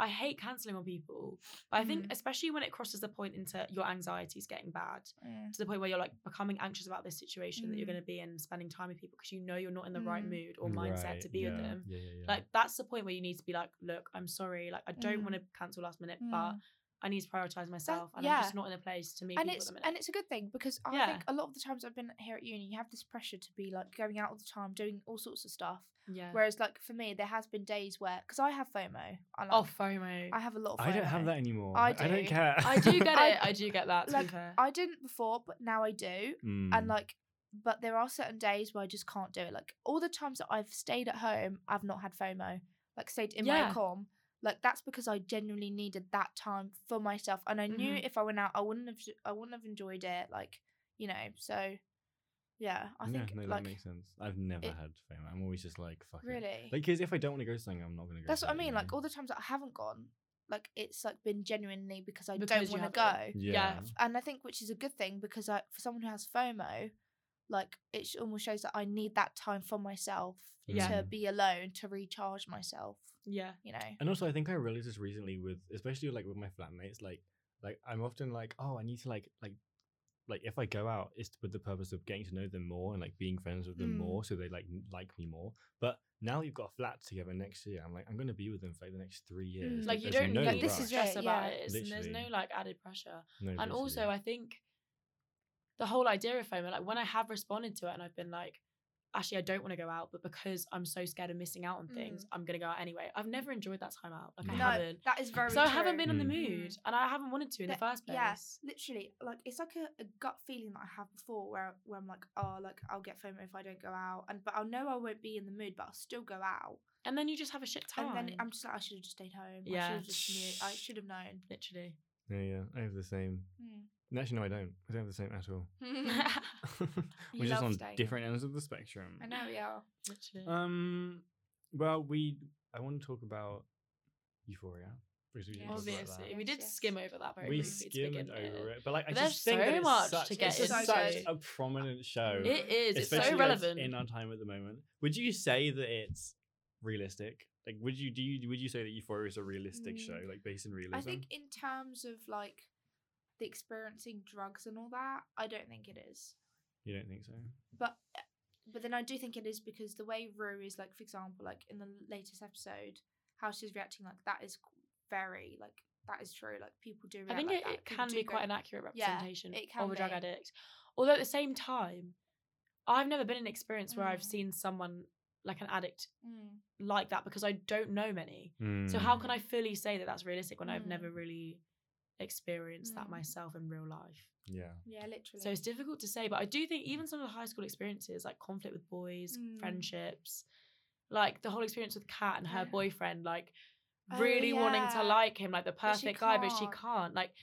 S1: I hate canceling on people, but I think
S3: Mm.
S1: especially when it crosses the point into your anxiety is getting bad
S3: Mm.
S1: to the point where you're like becoming anxious about this situation that you're
S3: Mm.
S1: going to be in, spending time with people because you know you're not in the right
S3: Mm.
S1: mood or mindset
S2: Right,
S1: to be
S2: yeah.
S1: with them.
S2: Yeah, yeah, yeah.
S1: Like that's the point where you need to be like, look, I'm sorry, like I don't
S3: Mm.
S1: want to cancel last minute, but
S3: Mm.
S1: I need to prioritize myself, and I'm
S3: yeah.
S1: just not in a place to meet
S3: and
S1: people
S3: it's
S1: at the minute.
S3: and it's a good thing because I
S1: Yeah.
S3: think a lot of the times I've been here at uni, you have this pressure to be like going out all the time, doing all sorts of stuff.
S1: yeah.
S3: Whereas like for me, there has been days where because I have FOMO, I like,
S1: oh, FOMO.
S3: I have a lot of. FOMO.
S2: I don't have that anymore.
S3: I
S2: don't
S3: do.
S2: care.
S1: I do get
S3: I-
S1: it. I do get that. To
S3: like,
S1: be fair.
S3: I didn't before, but now I do.
S2: Mm.
S3: and like but there are certain days where I just can't do it. Like all the times that I've stayed at home, I've not had FOMO. Like stayed in
S1: Yeah.
S3: my calm. Like that's because I genuinely needed that time for myself, and I knew
S1: Mhm.
S3: if I went out, I wouldn't have. I wouldn't have enjoyed it. Like you know, so yeah, I
S2: yeah,
S3: think
S2: Mm. no, that
S3: like
S2: makes sense. I've never
S3: it-
S2: had FOMO. I'm always just like, fuck it.
S3: really,
S2: Like, because if I don't want to go to something, I'm not going to go.
S3: that's
S2: to
S3: what I
S2: it,
S3: mean.
S2: you
S3: Like
S2: know?
S3: all the times that I haven't gone, like it's like been genuinely because I
S1: Because
S3: don't
S1: you
S3: want to
S1: haven't.
S3: go.
S2: yeah.
S3: and I think which is a good thing because I, for someone who has FOMO, like it sh- almost shows that I need that time for myself
S2: Yeah.
S3: to be alone to recharge myself.
S1: yeah.
S3: You know,
S2: And also, I think I realized this recently with, especially like with my flatmates. Like, like I'm often like, oh, I need to like, like, like if I go out, it's with the purpose of getting to know them more and like being friends with
S1: Hmm.
S2: them
S3: Mm.
S2: more, so they like n- like me more. But now you've got a flat together next year. I'm like, I'm going to be with them for like the next three years.
S3: Mm.
S1: Hmm, Like you
S2: there's
S1: don't
S2: no
S1: need
S3: This
S1: to
S3: is
S2: rush.
S1: stress
S3: right,
S1: about
S3: yeah.
S1: it. It's- There's no
S2: Literally.
S1: like added pressure.
S2: No,
S1: and
S2: literally.
S1: also, I think the whole idea of FOMO, like when I have responded to it and I've been like, actually, I don't want to go out, but because I'm so scared of missing out on things,
S3: Mm.
S1: I'm gonna go out anyway. I've never enjoyed that time out. Like I
S2: No,
S1: haven't.
S3: that is very.
S1: So I haven't
S3: true.
S1: been in the
S2: Mm.
S1: mood, and I haven't wanted to in the
S3: That-
S1: first place.
S3: yeah. Literally, like it's like a, a gut feeling that I have before, where where I'm like, oh, like I'll get FOMO if I don't go out, and but I'll know I won't be in the mood, but I'll still go out.
S1: And then you just have a shit time.
S3: And then I'm just like, I should have just stayed home. I
S1: Yeah.
S3: should have just knew. I should have known.
S1: literally.
S2: Yeah, yeah, I have the same. And Actually, no, I don't. I don't have the same at all.
S3: Hmm. You
S2: We're just
S3: love
S2: on
S3: staying.
S2: different ends of the spectrum.
S3: I know, yeah.
S1: literally.
S2: Um. Well, we. I want to talk about Euphoria because we didn't talk about that.
S1: Obviously, we
S3: Yes,
S1: did
S3: yes.
S1: skim over that very
S2: we
S1: briefly to begin
S2: skimmed
S1: with.
S2: over it, but like I
S1: There's
S2: just think that
S1: so
S2: it's
S1: much
S2: such,
S1: to get
S2: it's just
S3: into.
S2: such
S3: So
S2: a prominent show.
S3: over.
S1: It is. It's
S2: especially,
S1: so
S2: like,
S1: relevant.
S2: in our time at the moment. Would you say that it's realistic? Like, would you do? You, would you say that Euphoria is a realistic
S3: Mm.
S2: show, like based in realism?
S3: I think in terms of like the experiencing drugs and all that, I don't think it is.
S2: you don't think so.
S3: But eh, but then I do think it is because the way Rue is like, for example, like in the latest episode, how she's reacting like that is qu- very like that is true. Like people do. React
S1: I think
S3: like
S1: it,
S3: that.
S1: it
S3: People
S1: can
S3: do
S1: be
S3: go-
S1: quite an accurate
S3: Yeah,
S1: representation
S3: it
S1: of
S3: can
S1: a drug
S3: be.
S1: addict. Although at the same time, I've never been in an experience where I've
S3: Mm.
S1: seen someone like an addict
S3: Mm.
S1: like that because I don't know many. So
S2: Hmm,
S1: how can I fully say that that's realistic when I've
S3: Mm.
S1: never really experienced that
S3: Mm.
S1: myself in real life?
S2: Yeah.
S3: Yeah, literally.
S1: So it's difficult to say, but I do think even some of the high school experiences, like conflict with boys,
S3: Mm.
S1: friendships, like the whole experience with Kat and her
S3: Yeah.
S1: boyfriend, like
S3: Oh,
S1: really wanting
S3: yeah.
S1: to like him, like the
S3: But she
S1: perfect guy, but she
S3: can't.
S1: can't. Like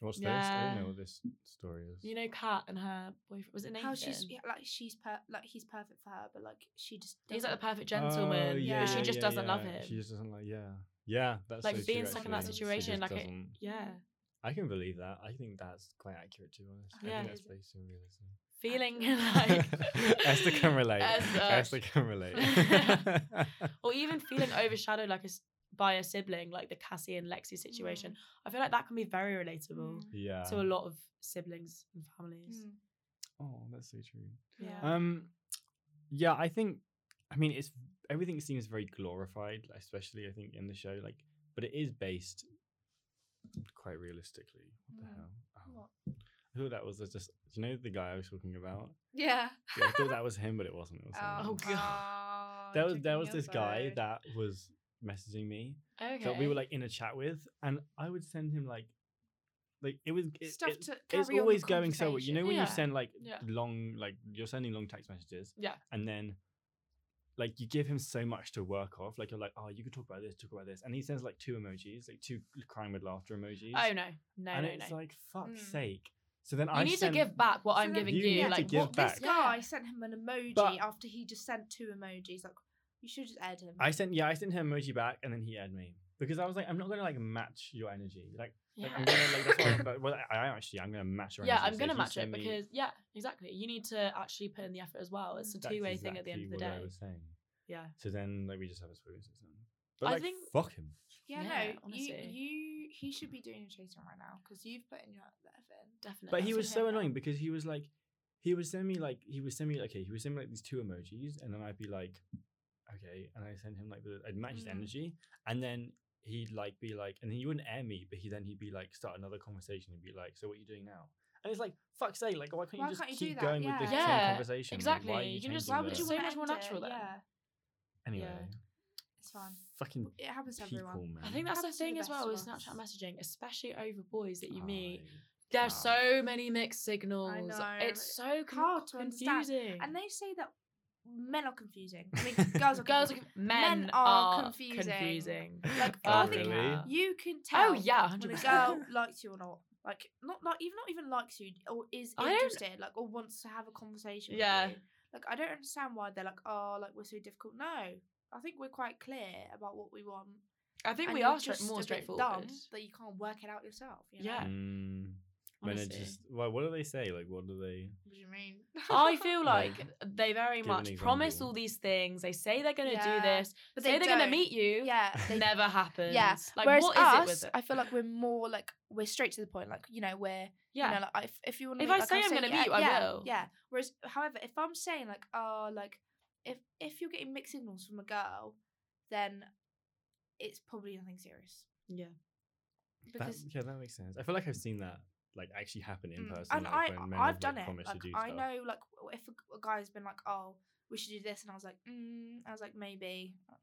S2: What's this? I
S1: Yeah.
S2: don't know what this story is.
S1: you know, Kat and her boyfriend was it Nathan?
S3: How she's yeah, like she's per- like he's perfect for her, but like she just
S1: He's like
S3: doesn't.
S1: the
S2: Oh,
S1: perfect gentleman.
S3: yeah,
S1: but she
S3: yeah,
S1: just doesn't love
S2: yeah.
S1: him.
S2: She just doesn't like. Yeah, yeah. That's
S1: Like,
S2: so
S1: being
S2: true,
S1: stuck in that
S2: actually. She just
S1: situation, like, it-
S2: doesn't-
S1: yeah.
S2: I can believe that. I think that's quite accurate to be honest.
S1: Yeah.
S2: I think that's based on realism.
S1: Feeling like
S2: Like, Esther can relate.
S1: Esther.
S2: Esther can relate.
S1: or even feeling overshadowed like a s by a sibling, like the Cassie and Lexi situation. I feel like that can be very relatable
S3: Mm.
S2: yeah.
S1: to a lot of siblings and families.
S3: Mm.
S2: oh, that's so true.
S1: Yeah.
S2: Um, yeah, I think. I mean, it's everything seems very glorified, especially I think in the show. Like, but it is based quite realistically. What the
S3: Mm.
S2: hell? Oh,
S3: What?
S2: I thought that was just. You know the guy I was talking about.
S3: Yeah.
S2: Yeah, I thought that was him, but it wasn't. It was someone
S1: Oh,
S2: else.
S3: god.
S2: There was there was this guy that was messaging me
S1: Okay.
S2: that we were like in a chat with, and I would send him like, like it was it,
S3: Stuff
S2: it-
S3: to
S2: it's
S3: carry on the
S2: always going so. You know when
S1: Yeah.
S2: you send like
S1: Yeah.
S2: long, like you're sending long text messages,
S1: Yeah.
S2: and then like you give him so much to work off. Like you're like, oh, you could talk about this, talk about this, and he sends like two emojis, like two crying with laughter emojis.
S1: Oh no, no,
S2: and
S1: no,
S2: it's
S1: no.
S2: like fuck's
S3: Mm.
S2: sake. So then
S1: Hmm. you
S2: I
S1: need
S2: sent-
S1: to give back what
S3: So
S1: I'm
S3: then-
S1: giving
S2: You
S1: you.
S2: need to
S1: like
S2: give
S1: what
S2: back.
S3: This
S1: Yeah.
S3: guy sent him an emoji
S2: But-
S3: after he just sent two emojis. Like you should just add him.
S2: I sent yeah, I sent him emoji back, and then he added me because I was like, I'm not gonna like match your energy, like. Like, I'm
S1: Yeah.
S2: gonna like that's what I'm, well, I I actually I'm gonna match your
S1: Yeah,
S2: energy.
S1: I'm
S2: So
S1: gonna
S2: if you
S1: match it
S2: send me-
S1: because yeah, exactly. You need to actually put in the effort as well. It's a
S2: That's
S1: two way thing at the end of the
S2: exactly what
S1: day.
S2: I was saying.
S1: Yeah.
S2: So then like we just have a sweet then. But
S1: I
S2: like,
S1: think-
S2: fuck him.
S3: yeah,
S1: yeah,
S3: no, you,
S1: honestly.
S3: you he should be doing a chasing right now because you've put in your effort. in.
S1: Definitely.
S2: But he
S3: that's
S2: was
S3: what
S2: so
S3: happened.
S2: annoying because he was like, he would send me like he would send me okay he would send me like these two emojis and then I'd be like, okay, and I send him like the I'd match his
S3: Mm.
S2: energy and then he'd like be like and then he wouldn't air me but he then he'd be like start another conversation and be like so what are you doing now and it's like fuck's sake like why can't
S3: Why
S2: you just
S3: can't you do
S2: keep
S3: that?
S2: going with the
S1: Yeah.
S2: same
S1: Yeah,
S2: conversation Like,
S1: exactly.
S2: why are
S1: You can just-
S2: changing
S3: Why would
S2: the-
S3: you
S1: So
S3: want
S1: much
S3: to
S1: more
S3: end
S1: natural
S3: It?
S1: then.
S3: Yeah,
S2: anyway
S3: it's fine.
S2: fucking
S3: It happens to
S2: people
S3: everyone.
S2: man
S1: I think that's the
S3: Happens to the
S1: thing as
S3: best
S1: well
S3: of
S1: with
S3: us.
S1: Snapchat messaging, especially over boys
S2: Oh,
S1: that you meet.
S2: I-
S1: There's
S2: can't.
S1: so many mixed signals.
S3: know,
S1: It's so con-
S3: hard to
S1: confusing.
S3: understand. And they say that men are confusing. I mean, girls are
S1: Girls, are,
S3: confusing.
S1: men,
S3: Men
S1: are
S3: are
S1: confusing.
S3: confusing.
S1: Like,
S3: I
S2: think- Oh, Really?
S3: You can tell.
S1: Oh yeah,
S3: when
S1: hundred
S3: a
S1: percent.
S3: girl likes you or not. Like not like even not even likes you or is
S1: I don't-
S3: interested, like or wants to have a conversation
S1: Yeah.
S3: with you. Like I don't understand why they're like, oh, like we're so difficult. No. I think we're quite clear about what we want.
S1: I think
S3: and
S1: we
S3: you're
S1: are straight,
S3: just
S1: more
S3: a bit
S1: straightforward.
S3: Dumb that you can't work it out yourself. You know?
S1: Yeah.
S2: Mm, when it
S1: honestly.
S2: just well, what do they say? Like, what do they?
S3: What do you mean?
S1: I feel like
S2: Like,
S1: they very
S2: give an
S1: much promise
S2: example.
S1: all these things. They say they're going to do
S3: Yeah.
S1: this.
S3: but
S1: say they're going to
S3: don't.
S1: meet you.
S3: Yeah. They
S1: Never happens. Like
S3: Whereas
S1: what is
S3: us,
S1: it with it?
S3: I feel like we're more like we're straight to the point. Like you know, we're
S1: yeah.
S3: you know, like if, if you want to
S1: If
S3: meet,
S1: I
S3: like,
S1: say
S3: I'll
S1: I'm gonna
S3: yeah,
S1: meet you, I
S3: yeah,
S1: will.
S3: Yeah. Whereas, however, if I'm saying like, oh, like if if you're getting mixed signals from a girl, then it's probably nothing serious
S1: yeah.
S2: That,
S3: because.
S2: yeah, that makes sense. I feel like I've seen that like actually happen in
S3: Mm.
S2: person.
S3: And
S2: like,
S3: I,
S2: when men
S3: I-
S2: have,
S3: I've done
S2: like,
S3: it.
S2: promised
S3: Like
S2: to do
S3: I
S2: stuff.
S3: know, like w- if a, a guy's been like, "Oh, we should do this," and I was like, mm, "I was like, maybe, Uh,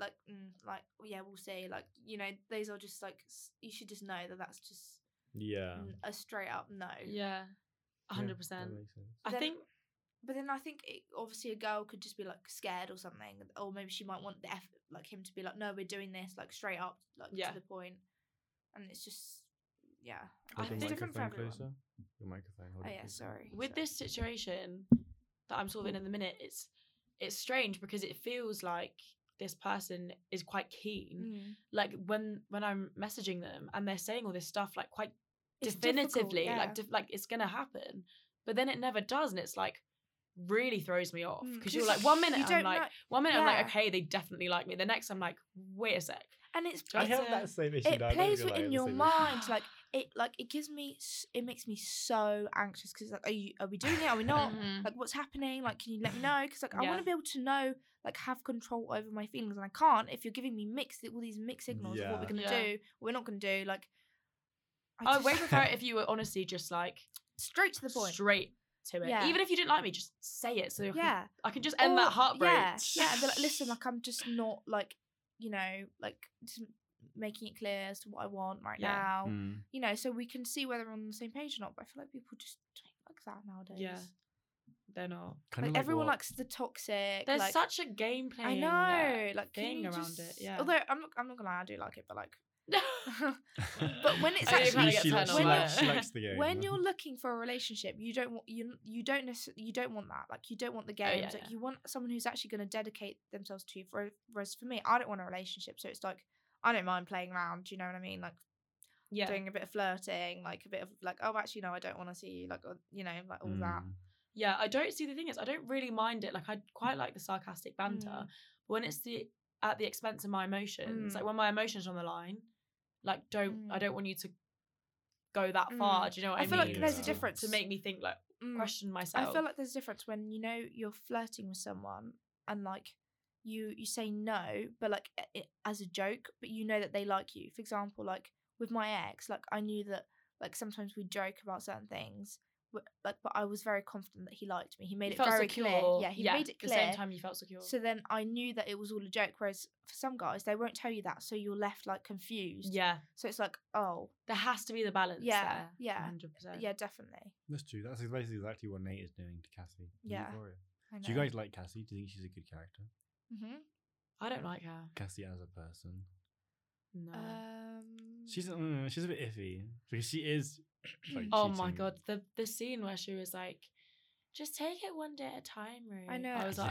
S3: like, mm, like, yeah, we'll see." Like, you know, those are just like s- you should just know that that's just
S2: Yeah.
S3: n- a straight up no.
S1: Yeah. A
S2: Yeah,
S1: 100%.
S2: That makes sense.
S1: I
S3: Then-
S1: think
S3: But then I think it, obviously a girl could just be like scared or something, or maybe she might want the F, like him to be like, no, we're doing this, like straight up, like
S1: Yeah.
S3: to the point, and it's just, yeah.
S2: Hold
S1: I
S2: your
S1: think-
S3: different for
S2: microphone
S3: everyone.
S2: closer. Your microphone. hold
S3: Oh
S2: it
S3: yeah,
S2: closer.
S3: sorry.
S1: with
S3: sorry.
S1: this situation that I'm sort of in at the minute, it's it's strange because it feels like this person is quite keen.
S3: Mm.
S1: Like when when I'm messaging them and they're saying all this stuff like quite
S3: It's difficult,
S1: definitively,
S3: yeah.
S1: like def- like it's gonna happen, but then it never does, and it's like really throws me off
S3: Mm,
S1: because you're like one minute
S3: you
S1: I'm
S3: don't
S1: like
S3: know-
S1: one minute I'm like
S3: yeah.
S1: okay they definitely like me, the next I'm like wait a sec,
S3: and it's uh,
S2: I
S1: It's
S2: have
S1: a-
S2: that same issue.
S3: it
S2: now, I don't
S3: plays
S2: feel like I
S3: within
S2: have the
S3: your
S2: same issue.
S3: mind, like it, like it gives me, s- it makes me so anxious because like, are you, are we doing it? Are we not?
S1: Mhm.
S3: like what's happening like can you let me know because like i
S1: Yeah.
S3: want to be able to know like have control over my feelings and i can't if you're giving me mixed all these mixed signals of what
S2: Yeah.
S3: we're gonna
S1: Yeah. Oh,
S3: do what we're not gonna do like
S1: I
S3: just-
S1: would way prefer it if you were honestly just like
S3: straight to the point
S1: straight to it.
S3: Yeah.
S1: Even if you didn't like me, just say it so I can-
S3: yeah
S1: I can just end that
S3: Or-
S1: heartbreak.
S3: yeah yeah and be like listen like i'm just not like you know like just making it clear as to what i want right
S1: Yeah.
S3: now
S2: Mm.
S3: you know so we can see whether we're on the same page or not but i feel like people just don't like that nowadays
S1: Yeah. They're not.
S2: Kind
S3: like, everyone
S2: what-
S3: likes the toxic.
S1: There's
S3: like,
S1: such a gameplay.
S3: I know, like can
S1: thing
S3: you
S1: around
S3: just-
S1: it, yeah.
S3: Although I'm not, I'm not gonna lie, I do like it, but like,
S2: but
S3: when it's
S2: she,
S3: actually-
S2: she, she,
S3: When
S2: likes, she,
S3: you're-
S2: likes, she likes the game.
S3: when you're looking for a relationship, you don't want you you don't necess- you don't want that. Like you don't want the
S1: Oh, yeah,
S3: games. like
S1: yeah.
S3: you want someone who's actually gonna dedicate themselves to you. For, whereas for me, I don't want a relationship, so it's like I don't mind playing around. Do you know what I mean? Like
S1: yeah.
S3: doing a bit of flirting, like a bit of like, oh, actually no, I don't want to see you. Like or, you know, like all that.
S2: Mm.
S1: Yeah, I don't see the thing is I don't really mind it. Like I quite like the sarcastic banter.
S3: Mm.
S1: But when it's the at the expense of my emotions,
S3: Mm.
S1: like when my emotions are on the line, like don't I
S3: Mm.
S1: don't want you to go that far.
S3: Mm.
S1: Do you know what
S3: I
S1: I,
S3: feel
S2: mean,
S3: like there's a
S2: yeah.
S3: difference
S1: to make me think like
S3: Mm.
S1: question myself.
S3: I feel like there's a difference when you know you're flirting with someone and like you you say no, but like i- i as a joke, but you know that they like you. For example, like with my ex, like I knew that like sometimes we joke about certain things, but, like but I was very confident that he liked me. He made
S1: You
S3: it
S1: felt
S3: very clear.
S1: secure.
S3: Yeah, he made it
S1: At the
S3: clear.
S1: same time you felt secure.
S3: So then I knew that it was all a joke. Whereas for some guys, they won't tell you that, so you're left like confused.
S1: yeah.
S3: So it's like, oh,
S1: There has to be the balance
S3: Yeah,
S1: there.
S3: yeah,
S1: Hundred percent.
S3: yeah, definitely.
S2: That's true. That's basically exactly what Nate is doing to Cassie. and
S3: Yeah.
S2: Victoria.
S3: I
S2: Do you
S3: know.
S2: guys like Cassie? Do you think she's a good character?
S3: Mhm.
S1: I don't like her.
S2: Cassie as a person.
S1: No.
S3: Um,
S2: She's mm, she's a bit iffy because she is. like,
S1: oh my
S2: cheating.
S1: god. The the scene where she was like, just take it one day at a time, Rue.
S3: I know.
S1: I was like,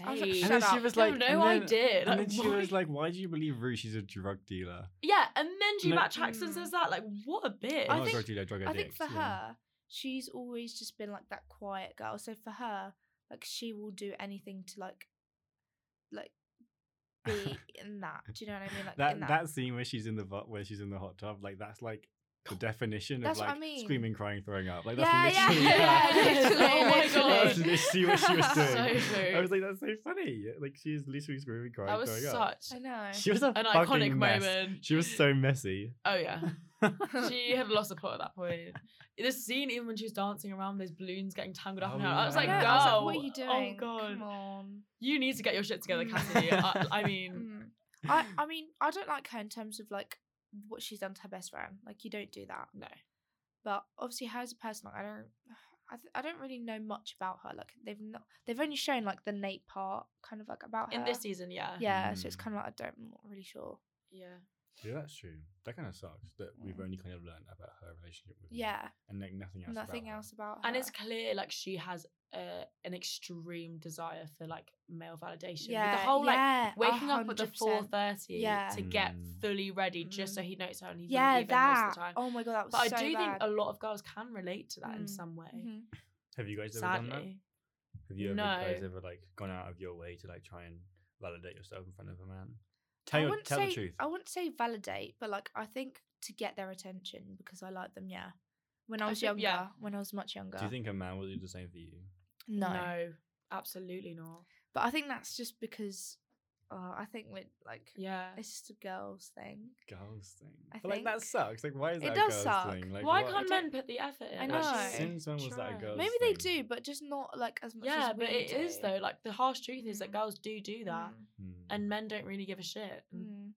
S2: Yes.
S3: I was like,
S1: sake.
S2: And
S3: Shut
S2: then she
S3: up.
S2: was
S1: No,
S2: like,
S1: no,
S2: and
S1: I
S2: then- And
S1: did. Like,
S2: then she
S1: why?
S2: was like, "Why do you believe Rue? She's a drug dealer."
S1: Yeah, and then G
S2: No-
S1: Matt Jackson
S3: Mm.
S1: says that. Like, what a bitch.
S3: I
S2: not a
S3: think-
S2: drug dealer, drug
S3: I
S2: addict.
S3: think for
S2: yeah.
S3: her, she's always just been like that quiet girl. So for her, like she will do anything to like, like be in that. Do you know what I mean? Like
S2: that
S3: in
S2: that.
S3: that.
S2: scene where she's in the vo- where she's in the hot tub, like that's like the definition
S3: That's
S2: of
S3: what I
S2: like
S3: mean.
S2: screaming, crying, throwing up. Like
S3: Yeah,
S2: that's
S3: yeah,
S2: literally
S3: yeah,
S2: that.
S3: literally,
S1: Oh my literally. God.
S2: That's literally what she was
S1: So
S2: doing.
S1: true.
S2: I was like, that's so funny. Like she is literally screaming, crying,
S1: that was
S2: throwing up.
S1: such
S3: I know.
S2: She was a
S1: an
S2: fucking
S1: iconic
S2: mess.
S1: moment.
S2: She was so messy.
S1: Oh yeah, she had lost the plot at that point. This scene, even when she was dancing around those balloons getting tangled up
S2: Oh,
S1: in her, I was
S2: yeah.
S1: like,
S3: I
S1: girl,
S3: know, I was like, what are you doing?
S1: Oh god,
S3: Come on.
S1: you need to get your shit together,
S3: Mm.
S1: Cassidy. I, I mean,
S3: Mm. I I mean I don't like her in terms of like what she's done to her best friend. Like you don't do that.
S1: no.
S3: But obviously her as a person, like I don't. I, th- I don't really know much about her. Like they've not, they've only shown like the Nate part, kind of like about her.
S1: In this season, yeah,
S3: Yeah, so it's
S2: Mm.
S3: kind of like I don't, I'm not really sure.
S1: yeah.
S2: Yeah, that's true. That kind of sucks that we've
S3: Mm.
S2: only kind of learned about her relationship with Nick
S3: Yeah,
S2: and like nothing else.
S3: nothing
S2: about
S3: else about her.
S1: And it's clear, like, she has uh, an extreme desire for like male validation.
S3: yeah,
S1: the whole like
S3: yeah, a
S1: waking up at the
S3: 100%.
S1: four thirty
S3: Yeah.
S1: to get
S2: Mm.
S1: fully ready, just
S3: Mm.
S1: so he knows her and he's
S3: Yeah,
S1: leaving most
S3: that.
S1: of the time.
S3: Oh my god, that was
S1: But
S3: so
S1: I do
S3: bad.
S1: think a lot of girls can relate to that in
S3: Mm.
S1: some way.
S3: Mhm.
S2: Her. Have you guys ever done that?
S1: Sadly.
S2: Have you ever
S1: No.
S2: guys ever like gone out of your way to like try and validate yourself in front of a man? Tell your,
S3: wouldn't
S2: tell
S3: say,
S2: the truth.
S3: I wouldn't say validate, but like I think to get their attention because I like them. Yeah, when I
S1: I
S3: was
S1: think-
S3: younger,
S1: yeah.
S3: when I was much younger.
S2: Do you think a man will do the same for you?
S3: no.
S1: absolutely not.
S3: But I think that's just because uh, I think we're like
S1: Yeah.
S3: it's just a girls thing.
S2: Girls thing.
S3: I
S2: but like that
S3: think-
S2: sucks. Like why is
S3: It
S2: that
S3: does
S2: a girls
S3: suck.
S2: thing? Like
S1: Why
S2: what-
S1: can't
S3: I
S1: men put the effort in?
S3: I
S2: like,
S3: No.
S2: Since when was that
S1: Try.
S2: a girls
S3: Maybe they
S2: thing?
S3: do, but just not like as much.
S1: Yeah,
S3: as
S1: but
S3: we
S1: it is
S3: do.
S1: though. Like the harsh truth is that
S3: Mm.
S1: girls do do that,
S3: Mm,
S2: Hmm.
S1: and men don't really give a shit.
S3: mm.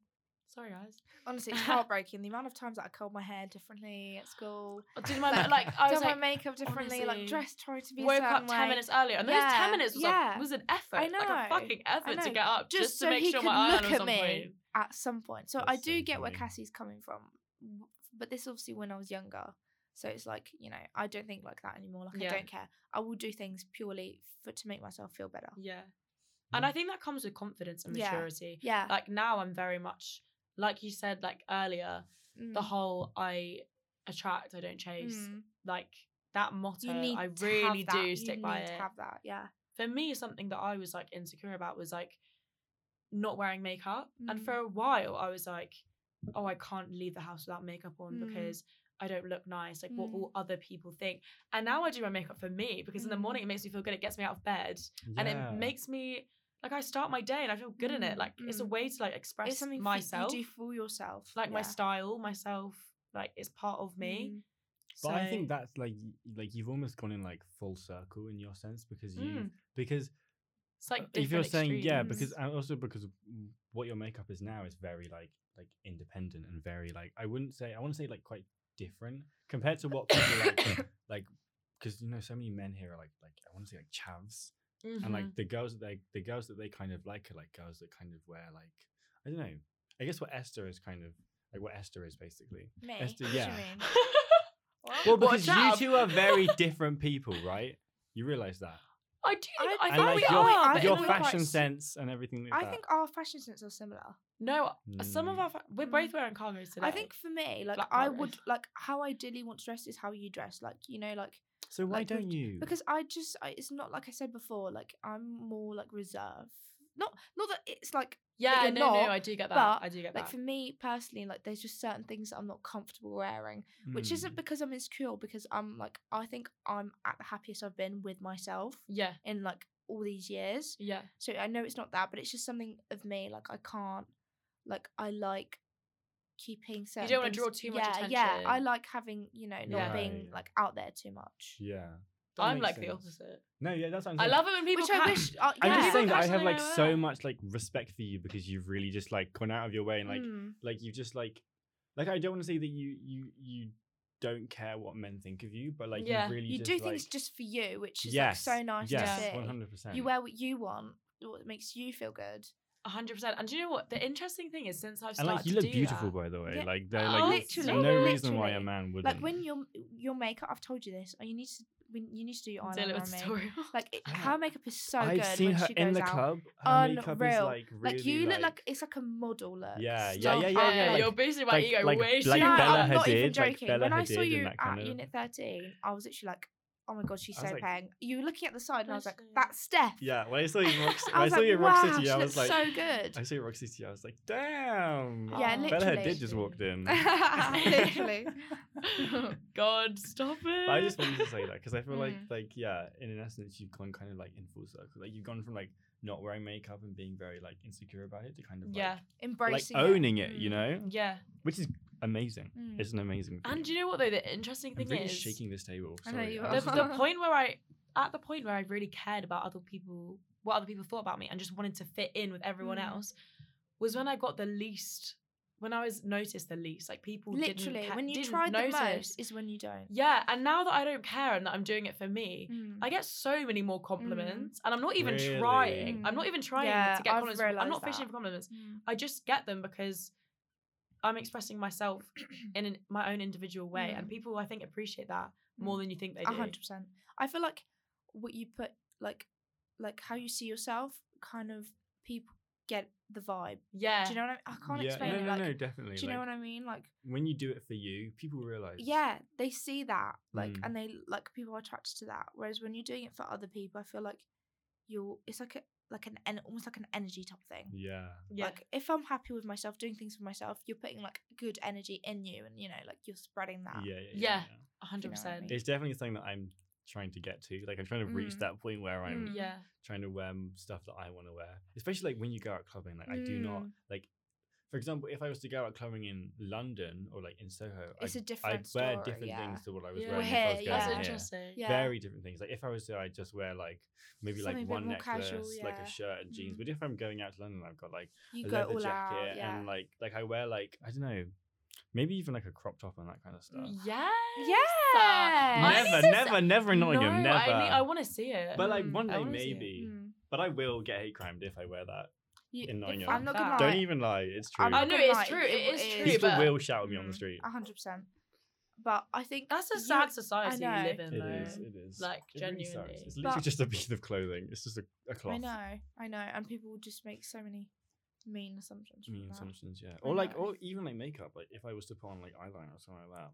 S1: Sorry, guys.
S3: Honestly, it's heartbreaking. the amount of times that I curled my hair differently at school,
S1: I did my
S3: Like,
S1: like, I was
S3: done
S1: like
S3: my makeup differently,
S1: honestly,
S3: like dressed, tried to be a
S1: woke
S3: certain
S1: up ten
S3: way.
S1: minutes earlier, and those
S3: Yeah,
S1: ten minutes was,
S3: yeah.
S1: a, was an effort,
S3: I
S1: like a
S3: know,
S1: fucking
S3: I
S1: effort to
S3: know.
S1: get up just,
S3: Just
S1: to
S3: so
S1: make
S3: he
S1: sure
S3: could
S1: my
S3: look
S1: eyeliner was
S3: at
S1: on
S3: me.
S1: point.
S3: At some point, so I
S2: That's so
S3: do get where
S2: funny.
S3: Cassie's coming from, w- but this obviously when I was younger. So it's like you know, I don't think like that anymore. Like
S1: Yeah.
S3: I don't care. I will do things purely for to make myself feel better.
S1: Yeah, and I think that comes with confidence and
S3: Mm. Yeah.
S1: maturity.
S3: Yeah,
S1: Like now, I'm very much like you said, like earlier, the
S3: mm,
S1: whole I attract, I don't chase.
S3: mm.
S1: Like that motto,
S3: You need
S1: I
S3: to have
S1: really
S3: that.
S1: do
S3: You
S1: stick by
S3: need
S1: it.
S3: To have that, yeah.
S1: for me, something that I was like insecure about was like not wearing makeup. And
S3: Mm.
S1: for a while, I was like, oh, I can't leave the house without makeup on
S3: Mm.
S1: because I don't look nice. Like, what
S3: Mm.
S1: will other people think? And now I do my makeup for me because in the
S3: Mm.
S1: morning it makes me feel good. It gets me out of bed and
S2: Yeah.
S1: it makes me like I start my day and I feel good in it.
S3: Mm,
S1: Like, it's a
S3: mm.
S1: way to like express
S3: It's something f-
S1: myself,
S3: you do for yourself,
S1: like my
S3: yeah.
S1: style, myself. Like, it's part of me.
S3: Mm.
S2: But I think
S1: So-
S2: that's like y- like you've almost gone in like full circle in your sense because you
S1: Mm.
S2: because
S1: It's like
S2: if you're
S1: different
S2: saying yeah
S1: extremes.
S2: because and also because w- what your makeup is now is very like like independent and very like I wouldn't say I want to say like quite different compared to what people like like because you know so many men here are like like I want to say like chavs,
S1: Mhm.
S2: and
S3: Mm-hmm.
S2: like the girls that they the girls that they kind of like are like girls that kind of wear like I don't know. I guess what Esther is kind of like what Esther is basically.
S3: Mm, Me.
S2: Esther,
S3: What do you
S2: yeah.
S3: mean?
S1: Mm-hmm.
S2: Well,
S1: What,
S2: because you
S1: chav?
S2: two are very different people, right? You realize that,
S1: I do.
S3: I-
S1: Think, I,
S3: And,
S2: and
S1: think
S2: like
S1: we
S2: your,
S1: are.
S3: I
S1: but
S3: think
S2: your
S1: in a
S3: we're
S1: way-
S3: quite
S2: fashion
S3: s-
S2: sense and everything. Like
S3: I
S2: that.
S3: think our fashion sense are similar.
S1: No, uh, some of
S2: Mm.
S1: our fa- we're both wearing cargos today.
S3: I think for me, like
S1: Black
S3: I
S1: Friday.
S3: would like how I ideally want to dress is how you dress. Like you know, like
S2: So why
S3: like,
S2: don't
S3: with-
S2: you?
S3: because I just I, it's not like I said before. Like I'm more like reserved. Not not that it's like
S1: yeah,
S3: you're
S1: no,
S3: not,
S1: no, I do get that.
S3: but,
S1: I do get that.
S3: like for me personally. Like there's just certain things that I'm not comfortable wearing, which
S2: Mm.
S3: isn't because I'm insecure. Because I'm like I think I'm at the happiest I've been with myself
S1: yeah,
S3: in like all these years.
S1: yeah,
S3: So I know it's not that, but it's just something of me. Like I can't, like I like keeping certain.
S1: wanna
S3: things-
S1: draw too much
S3: yeah, Yeah, I
S1: attention.
S3: like having you know not
S2: Yeah.
S3: being
S2: Right.
S3: like out there too much.
S2: Yeah. That
S1: I'm
S2: makes
S1: like the
S2: sense.
S1: opposite.
S2: No, yeah, that's what I'm
S1: I
S2: saying.
S1: love it when people.
S3: Which I
S1: ca-
S3: wish. Uh,
S2: I'm
S3: yeah.
S2: just
S1: Yeah.
S2: saying that I
S1: Actually,
S2: have like
S1: no,
S2: so
S1: yeah.
S2: much like respect for you because you've really just like gone out of your way and like
S3: Mm.
S2: like you've just like like I don't want to say that you you you don't care what men think of you, but like
S1: Yeah.
S2: you really
S3: you
S2: just,
S3: do things
S2: like-
S3: just for you, which is
S2: yes,
S3: like so nice
S2: yes,
S3: to see.
S2: one hundred percent.
S3: You wear what you want, what makes you feel good.
S1: hundred percent. And do you know what? The interesting thing is since I've
S2: and
S1: started
S2: like you
S1: to
S2: look
S1: do
S2: beautiful
S1: that-
S2: by the way.
S3: Yeah.
S2: Like there
S1: Oh,
S2: like there's no
S1: literally.
S2: reason why a
S3: Literally.
S2: man wouldn't.
S3: Like when your your makeup, I've told you this. Oh, you need to when you need to do your
S1: Dylan
S3: eyeliner
S1: with
S3: on
S1: the
S3: me.
S1: story.
S3: Like it,
S2: Yeah.
S3: her makeup is so
S2: I've
S3: good
S2: seen
S3: when
S2: her
S3: she goes
S2: in the
S3: out.
S2: club, her makeup is
S3: Unreal.
S2: like really
S3: like you look like it's like a model look.
S2: Yeah, yeah,
S3: Stop.
S2: yeah,
S1: yeah,
S2: yeah,
S3: Oh,
S2: like-
S1: you're boosting my
S2: like-
S1: ego
S2: like-
S1: way too
S2: like
S3: no,
S2: Bella
S1: much.
S3: I'm not even
S2: Hadid, like
S3: joking.
S2: Bella
S3: when I saw
S2: Hadid and
S3: you
S2: that
S3: at
S2: kind of-
S3: Unit 13, I was literally like, "Oh my god, she's
S2: I was
S3: so
S2: like-
S3: paying." You were looking at the side, and I was like,
S1: Honestly.
S3: "That's Steph."
S2: yeah, when I saw you in Rock, when
S3: I
S2: I
S3: was
S2: saw
S3: like,
S2: you in
S3: "Wow,
S2: Rock City,
S3: she
S2: I
S3: looks
S2: was like,
S3: so good."
S2: I saw you at Rock City, I was like, damn.
S3: Yeah,
S1: Oh.
S2: Bella
S3: literally.
S2: Hadid just walked in.
S3: literally.
S1: God, stop it.
S2: But I just wanted to say that because I feel like,
S3: Mm.
S2: like, yeah, in an essence, you've gone kind of like in full circle. Like you've gone from like not wearing makeup and being very like insecure about it to kind of
S1: Yeah.
S2: like, like
S3: Embracing it.
S2: owning it, you
S3: Mm.
S2: know,
S1: Yeah.
S2: which is amazing.
S3: Mm.
S2: It's an amazing. Thing.
S1: And do you know what though? The interesting
S2: I'm
S1: thing
S2: really
S1: is
S2: shaking this table.
S3: I know
S2: Sorry.
S3: you
S2: I'm
S3: are.
S1: the,
S2: just-
S1: the point where I at the point where I really cared about other people, what other people thought about me, and just wanted to fit in with everyone
S3: Mm.
S1: else, was when I got the least. When I was noticed the least, like people
S3: Literally,
S1: didn't ca-
S3: when you
S1: didn't
S3: try the
S1: notice.
S3: most is when you don't.
S1: Yeah, and now that I don't care and that I'm doing it for me,
S3: Mm. Mm.
S1: I get so many more compliments, and I'm not even
S2: Really?
S1: trying. I'm not even trying
S3: Yeah,
S1: to get
S3: I've
S1: compliments. from- I'm
S3: realised
S1: not fishing
S3: that.
S1: for compliments.
S3: Mm.
S1: I just get them because I'm expressing myself in an, my own individual way, and
S3: Mm.
S1: people I think appreciate that more than you think they
S3: A
S1: do.
S3: hundred percent. I feel like what you put, like, like how you see yourself, kind of people get the vibe.
S1: Yeah.
S3: Do you know what I mean? I can't
S2: yeah,
S3: explain
S2: no,
S3: it.
S2: no,
S3: like,
S2: no, definitely.
S3: do you know
S2: like,
S3: what I mean? Like,
S2: When you do it for you, people realize.
S3: yeah, they see that, like,
S2: Mm.
S3: and they like people are attracted to that. Whereas when you're doing it for other people, I feel like you're. It's like a like an en- almost like an energy type thing.
S2: Yeah.
S1: yeah.
S3: Like if I'm happy with myself, doing things for myself, you're putting like good energy in you, and you know, like you're spreading that.
S2: Yeah. Yeah.
S1: Yeah.
S2: yeah.
S1: A hundred
S3: You know what I
S1: percent.
S3: mean?
S2: It's definitely something that I'm trying to get to. Like I'm trying to reach
S3: Mm.
S2: that point where I'm
S3: Mm.
S1: Yeah.
S2: trying to wear m- stuff that I want to wear, especially like when you go out clubbing. Like I do not
S3: Mm.
S2: like, for example, if I was to go out clubbing in London or like in Soho,
S3: It's
S2: I'd,
S3: a different
S2: I'd wear
S3: story,
S2: different
S3: yeah.
S2: things to what I was
S1: Yeah.
S2: wearing. if
S3: Well,
S2: I was
S3: here,
S2: going
S3: yeah.
S2: here.
S1: That's interesting.
S3: Yeah.
S2: Very different things. Like if I was to, I'd just wear like maybe
S3: Something a
S2: like
S3: bit
S2: one
S3: more
S2: necklace,
S3: casual,
S2: like
S3: yeah.
S2: a shirt and jeans.
S3: Mm.
S2: But if I'm going out to London, I've got like
S3: You
S2: a
S3: go
S2: leather
S3: all
S2: jacket
S3: out. Yeah.
S2: and like like I wear like I don't know, maybe even like a crop top and that kind of stuff.
S1: Yeah. I
S3: yeah.
S1: think
S2: Never,
S1: this-
S2: never, never in Nottingham,
S1: no,
S2: never.
S1: I, mean, I want to see it.
S2: but like
S3: Mm,
S2: one
S1: I
S2: day
S1: wanna see it.
S2: maybe.
S3: Mm.
S2: But I will get hate crimed if I wear that.
S3: You-
S2: in
S3: if-
S2: Nottingham.
S3: I'm not gonna
S1: Fact.
S3: lie.
S2: Don't even lie. It's true.
S3: I'm
S1: I
S3: not
S1: know
S3: gonna
S1: it's
S3: lie,
S1: true. It is true.
S2: People
S1: but
S2: will shout at me on the
S3: Mm.
S2: street.
S3: A hundred perent. But I think
S1: That's a
S3: you-
S1: sad society we
S3: know.
S1: live in,
S2: It is.
S1: though.
S2: It is.
S1: Like,
S2: It really sucks.
S1: genuinely.
S2: it's literally
S3: But-
S2: just a piece of clothing. It's just a, a cloth.
S3: I know, I know, and people just make so many mean assumptions. from
S2: Mean
S3: that.
S2: assumptions, yeah.
S3: I
S2: Or like,
S3: know.
S2: or even like makeup. Like, if I was to put on like eyeliner or something like that,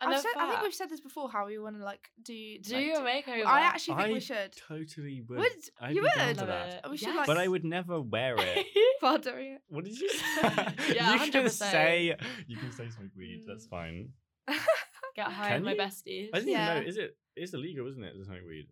S1: And
S3: I've
S1: the
S3: said, I think
S1: fact-
S3: we've said this before. How we want to like do
S1: do
S3: like,
S1: you makeover.
S3: I actually think
S2: I
S3: we should.
S2: totally would.
S3: Would-
S2: I'd
S3: you
S2: be down
S3: would.
S2: to
S1: Love
S2: that.
S1: it.
S3: We should, like-
S2: But I would never wear it.
S3: While doing it.
S2: what did you say?
S1: Yeah,
S2: you can
S1: 100%.
S2: say you can say smoke weed. That's
S3: Mm.
S2: fine.
S1: get high
S2: Can
S1: with my
S2: you?
S1: besties.
S2: I didn't
S3: Yeah.
S2: even know. Is it? It's illegal, isn't it? To smoke weed.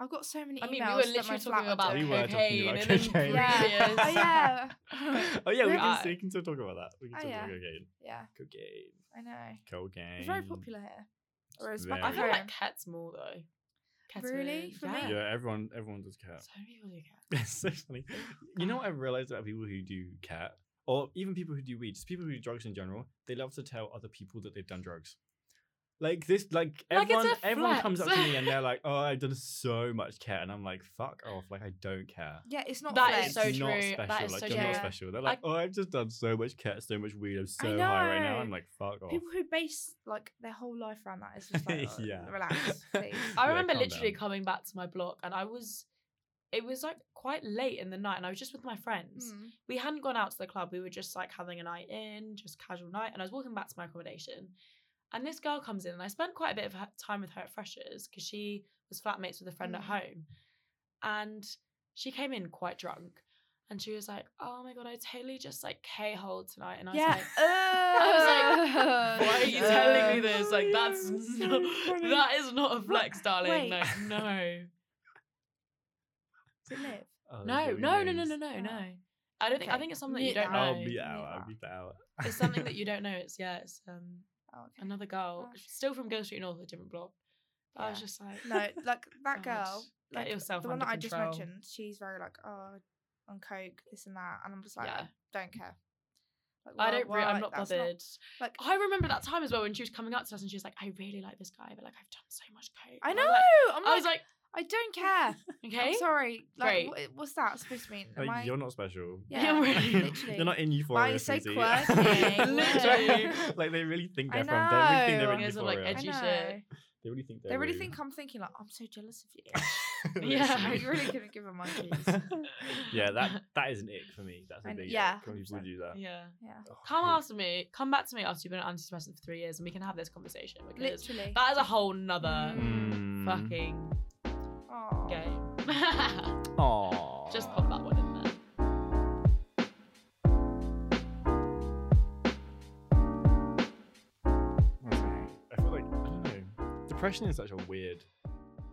S3: I've got so many.
S1: I mean, we
S3: emails
S1: were
S3: that my
S1: literally
S3: flat
S1: talking
S3: are
S1: about
S2: We
S3: doing.
S2: Oh, were talking
S1: cocaine
S2: about
S1: and
S2: cocaine.
S3: Yeah.
S1: ingredients.
S3: oh, yeah.
S2: oh yeah, we
S1: Yeah.
S2: can, we can still talk about that. We can
S3: Oh,
S2: still
S3: yeah.
S2: talk cocaine.
S3: Yeah.
S2: Cocaine.
S3: I know.
S2: Cocaine.
S3: It's very popular here. Whereas back
S2: Very.
S1: I
S3: at
S1: feel
S3: home,
S1: like Ket's more though. Ket's
S3: Really?
S1: really-
S3: For
S1: yeah.
S3: me?
S2: Yeah, everyone everyone does cat.
S1: So many people do cat.
S2: It's so funny. You know what I've realized about people who do cat, or even people who do weed, just people who do drugs in general, they love to tell other people that they've done drugs. Like this, like
S1: Like, it's
S2: everyone,
S1: a
S2: everyone comes up to
S1: flex.
S2: me and they're like, "Oh, I've done so much care," and I'm like, "Fuck off!" Like I don't care.
S3: Yeah, it's not
S1: That
S3: fair.
S1: is
S2: It's
S1: so
S2: not
S1: true.
S2: special.
S1: That is
S2: like
S1: so
S2: you're
S3: true.
S2: not special. They're like, "Oh, I've just done so much care, so much weed. I'm so high right now."
S3: know.
S2: I'm like, "Fuck off."
S3: People who base like their whole life around that is just like,
S2: Yeah.
S3: "Oh, relax, please.
S1: I
S2: Yeah,
S1: remember
S2: calm
S1: literally
S2: down.
S1: coming back to my block and I was it was like quite late in the night and I was just with my friends.
S3: Mm.
S1: We hadn't gone out to the club. We were just like having a night in, just casual night. And I was walking back to my accommodation. And this girl comes in and I spent quite a bit of her- time with her at Freshers because she was flatmates with a friend at
S3: Mm.
S1: home. And she came in quite drunk. And she was like, Oh my god, I totally just like K holed tonight. And I was
S3: Yeah. uh,
S1: like,
S3: I
S2: was like,
S1: why are you telling
S3: uh,
S1: me this? Like that's
S2: That's so
S1: not,
S2: funny.
S1: that is not a flex, darling.
S3: wait.
S1: Like no,
S3: To live.
S2: Oh,
S1: no,
S2: giving
S1: no, no, no,
S2: names.
S1: no, no, no.
S3: Ah.
S1: I don't think. I
S3: Okay.
S1: think it's something that you
S3: Mute
S1: don't
S3: that.
S1: know.
S3: I'll
S2: I'll be
S3: Mute
S2: out. I'll
S3: that.
S2: be out.
S1: It's something that you don't know. It's yeah. It's um
S3: Oh, okay.
S1: another girl,
S3: Oh, shit.
S1: still from Girl Street North, a different block. But I was
S3: Yeah.
S1: just like,
S3: No, like that
S1: God,
S3: girl,
S1: get
S3: like
S1: yourself
S3: the one
S1: under
S3: that I just
S1: control.
S3: mentioned. She's very like, oh, on coke, this and that, and I'm just like,
S1: Yeah.
S3: I don't care. Like,
S1: I
S3: why-
S1: don't. Re-
S3: why,
S1: I'm
S3: like,
S1: not
S3: that's
S1: bothered. Oh,
S3: like,
S1: I remember that time as well when she was coming up to us and she was like, "I really like this guy, but like I've done so much coke."
S3: I
S1: And
S3: know.
S1: was like-
S3: I'm
S1: I
S3: like,
S1: was like,
S3: I don't care.
S1: okay.
S3: I'm sorry. Like,
S1: Great.
S3: wha- what's that supposed to mean? Am
S2: Like
S3: I-
S2: Oh, you're not special.
S3: Yeah,
S2: You're not in euphoria.
S3: Why are you so
S2: Susie.
S3: quirky?
S1: Literally.
S2: like they really think
S3: I
S2: they're from. They really think
S3: know.
S2: they're in
S1: You guys are, like,
S2: euphoria.
S3: I
S1: edgy
S3: know.
S1: shit.
S2: They really think they're.
S3: They really
S2: rude.
S3: think I'm thinking like, I'm so jealous of you.
S1: Yeah.
S3: Are
S2: Literally.
S3: you really gonna give a monkeys?
S2: yeah, that that is an ick for me. That's a
S3: I-
S2: big
S3: yeah,
S2: ick when people
S3: 100%.
S2: do that.
S1: yeah.
S3: Yeah,
S2: Oh, I
S1: Come
S2: hate-
S1: after me. Come back to me after you've been on antidepressant for three years, and we can have this conversation because
S3: literally.
S1: that is a whole nother
S2: Mm.
S3: um,
S1: fucking
S3: Aw.
S1: game.
S2: Aw.
S1: Just pop that one in there.
S2: I feel like I don't know. Depression is such a weird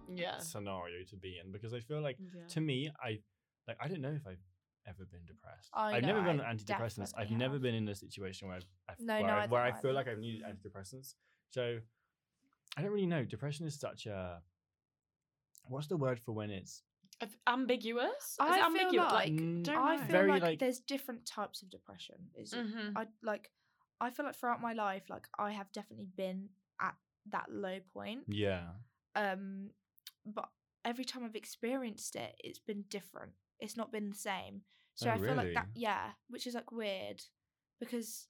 S1: Yeah.
S2: scenario to be in because I feel like
S1: Yeah.
S2: to me, I like I don't know if I've ever been depressed.
S3: I
S2: I've
S3: know,
S2: never been
S3: I
S2: on antidepressants. I've
S3: Oh, definitely
S2: never
S3: have.
S2: been in a situation where I've, I've
S3: No,
S2: where,
S3: no,
S2: I,
S3: I
S2: where I
S3: don't
S2: feel like
S3: either.
S2: I've needed antidepressants. So I don't really know. Depression is such a what's the word for when it's
S1: Af- Ambiguous? Is it
S3: I feel
S1: ambiguous?
S3: like-
S2: Mm,
S1: don't
S3: I
S1: know.
S3: feel
S2: Very,
S3: like,
S2: like-
S3: there's different types of depression. Is
S2: Mm.
S1: Mhm.
S3: I like I feel like throughout my life, like I have definitely been at that low point.
S2: yeah
S3: Um, but every time I've experienced it, it's been different. It's not been the same. So
S2: Oh,
S3: I feel like that,
S2: really?
S3: yeah, which is like weird because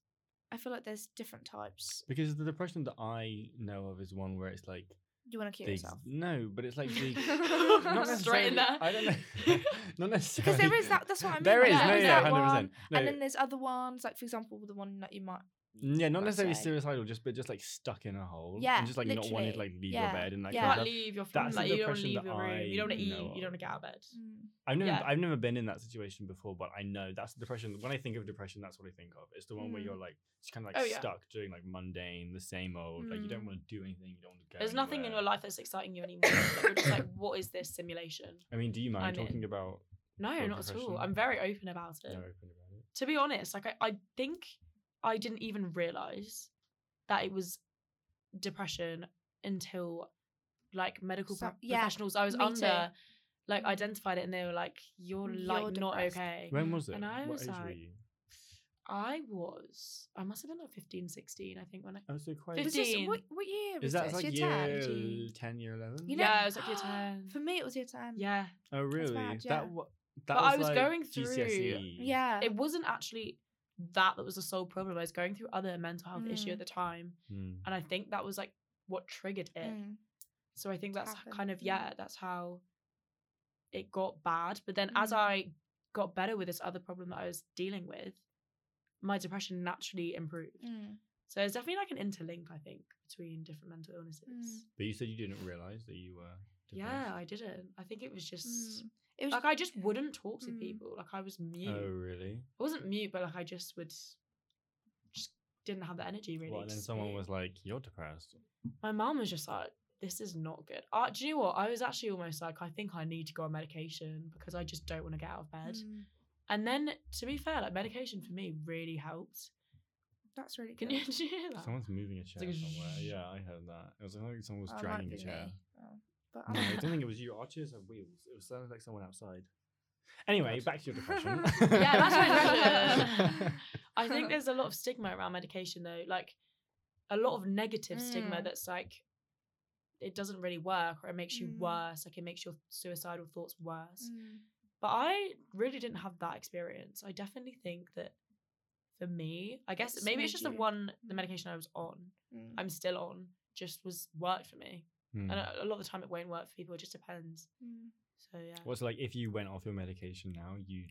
S3: I feel like there's different types.
S2: because the depression that I know of is one where it's like
S3: You want to kill
S2: the ex-
S3: yourself
S2: no, but it's like the
S3: Not
S2: not
S1: Straight
S2: necessarily-
S1: in there.
S2: I don't know. not necessarily
S3: because there is that. That's what I mean.
S2: There
S3: like,
S2: is
S1: Yeah,
S2: no
S3: there's
S2: yeah
S3: that
S2: hundred
S3: one,
S2: percent no.
S3: And then there's other ones, like for example, the one that you might.
S2: Yeah, not
S3: I'd
S2: necessarily
S3: say.
S2: suicidal, just but just like stuck in a hole.
S3: Yeah,
S2: and just like not wanting to like
S3: literally.
S2: leave
S3: Yeah,
S2: your bed and like
S3: yeah.
S2: kind of
S1: Can't
S2: stuff.
S1: leave your
S2: That's
S1: like,
S2: the
S1: you don't want to
S2: depression
S1: leave
S2: that
S1: your room. You don't want
S2: I
S1: to eat.
S2: know
S1: You don't want to get out of bed.
S3: Mm,
S2: I've never
S1: Yeah.
S2: I've never been in that situation before, but I know that's the depression. When I think of depression, that's what I think of. It's the one where
S3: Mm.
S2: you're like just kind of like
S1: Oh, yeah.
S2: stuck doing like mundane, the same old. Like you don't
S3: Mm.
S2: want to do anything. You don't want to go.
S1: There's nothing in
S2: anywhere.
S1: your life that's exciting you anymore. Like, you're just like, what is this simulation?
S2: I mean, do you mind
S1: I'm in.
S2: talking about?
S1: No,
S2: Your
S1: not at all.
S2: depression?
S1: I'm very open about it.
S2: No, open about it.
S1: to be honest, like I, I think I didn't even realize that it was depression until like medical
S3: So-
S1: pro-
S3: yeah,
S1: professionals I was
S3: me too.
S1: under like
S3: Mm.
S1: identified it and they were like, "You're
S3: You're
S1: like not
S3: depressed.
S1: okay."
S2: When was it?
S1: And I
S2: What
S1: was
S2: age were
S1: like-
S2: you?
S1: I was, I must have been like 15, 16, I think when I.
S2: I was so quite.
S3: Was this,
S1: 15.
S3: what, what year was
S2: Is that
S3: this?
S2: like
S3: year
S2: year
S3: 10?
S1: Gee.
S2: ten, year eleven?
S3: You know-
S1: yeah, it was like year ten.
S3: For me, it was year 10.
S1: Yeah,
S2: oh really?
S3: mad, yeah.
S2: That what? That
S1: But I was
S2: like
S1: going through-
S2: GCSE.
S3: Yeah.
S1: it wasn't actually that that was the sole problem. I was going through other mental health issue
S3: Mm.
S1: at the time,
S2: Mm.
S1: and I think that was like what triggered it.
S3: Mm.
S1: So I think that's h- kind
S3: happened,
S1: of
S3: yeah.
S1: yeah, that's how it got bad. But then as
S3: Mm.
S1: I got better with this other problem that I was dealing with, my depression naturally improved.
S3: Mm.
S1: So there's definitely like an interlink, I think, between different mental
S3: Mm.
S1: illnesses.
S2: But you said you didn't realize that you were.
S1: Yeah, I didn't. I think it was just
S3: Mm. It was
S1: like I just wouldn't talk to
S3: Mm.
S1: people. Like I was mute.
S2: Oh really?
S1: I wasn't mute, but like I just would just didn't have the energy really.
S2: Well, and
S1: to
S2: then someone
S1: speak.
S2: was like, "You're depressed."
S1: my mum was just like, this is not good. Uh, do you know what? I was actually almost like, I think I need to go on medication because I just don't want to get out of bed.
S3: Mm.
S1: And then, to be fair, like medication for me really helped.
S3: That's really
S1: Can
S3: good.
S1: you, did you hear that?
S2: Someone's moving a chair
S1: like a
S2: somewhere. Yeah, I heard that. It was like someone was
S3: Oh, it might
S2: dragging a
S3: be
S2: chair.
S3: me. Oh, but
S2: No, I
S3: I'm-
S2: don't think it was you. Our chairs have wheels. It was sounded like someone outside. Anyway,
S3: God.
S2: back to your depression.
S3: Yeah, Mm,
S1: that's my depression. I think there's a lot of stigma around medication though. Like, a lot of negative stigma
S3: Mm.
S1: that's like it doesn't really work or it makes you
S3: Mm.
S1: worse like it makes your suicidal thoughts worse but i really didn't have that experience i definitely think that for me i guess
S3: It
S1: maybe it's
S3: smooth
S1: just the
S3: you.
S1: one the
S3: Mm.
S1: medication i was on
S3: Mm.
S1: i'm still on just was worked for me
S2: Hmm.
S1: and a, a lot of the time it won't work for people it just depends
S3: Mm.
S1: so yeah
S2: What's like if you went off your medication now, you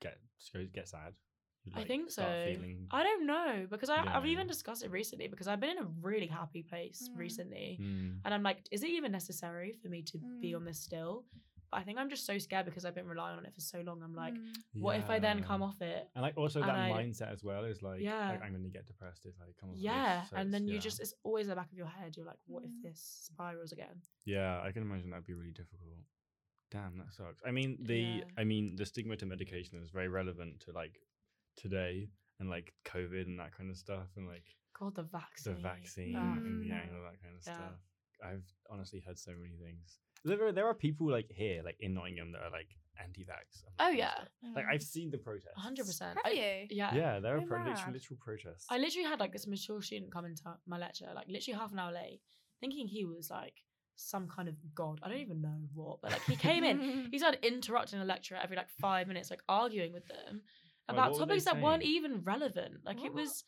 S2: get so get sad. You'd,
S1: I
S2: like,
S1: think
S2: start
S1: so.
S2: Feeling,
S1: i don't know because I, i've
S2: Yeah.
S1: even discussed it recently because i've been in a really happy place
S3: Mm.
S1: recently
S2: Hmm.
S1: And I'm like, is it even necessary for me to be
S3: Mm.
S1: on this still? But I think I'm just so scared because I've been relying on it for so long. I'm like,
S3: mm,
S1: what if I then
S2: Yeah.
S1: come off it?
S2: And like also
S1: and
S2: that
S1: I-
S2: mindset as well is like,
S1: Yeah.
S2: like, I'm gonna get depressed if I come off. of this,
S1: Yeah.
S2: so
S1: and
S2: it's-
S1: then you
S2: yeah.
S1: just, it's always in the back of your head. You're like, what if
S3: Mm.
S1: this spirals again?
S2: Yeah, I can imagine that'd be really difficult. Damn, that sucks. I mean the
S1: Yeah.
S2: I mean the stigma to medication is very relevant to like today and like COVID and that kind of stuff and like
S1: God, the vaccine.
S2: the vaccine
S1: Ah.
S2: and yeah,
S3: Mm.
S2: all that kind of
S1: Yeah.
S2: stuff. I've honestly heard so many things. There are, there are people like here, like in Nottingham, that are like anti-vax. and that
S1: Oh,
S2: kind of
S1: yeah.
S2: stuff. like I've seen the protests.
S1: 100%.
S3: mm. Have
S1: I-
S3: you?
S1: Yeah.
S2: Yeah, there are
S3: Oh,
S2: pro- literal,
S3: mad.
S2: literal protests.
S1: I literally had like this mature student come into my lecture, like literally half an hour late, thinking he was like some kind of god. I don't even know what, but like he came in. He started interrupting a lecturer every like five minutes, like arguing with them
S2: Wait,
S1: about
S2: what were they
S1: topics that weren't
S2: saying?
S1: even relevant. Like it
S3: What?
S1: was,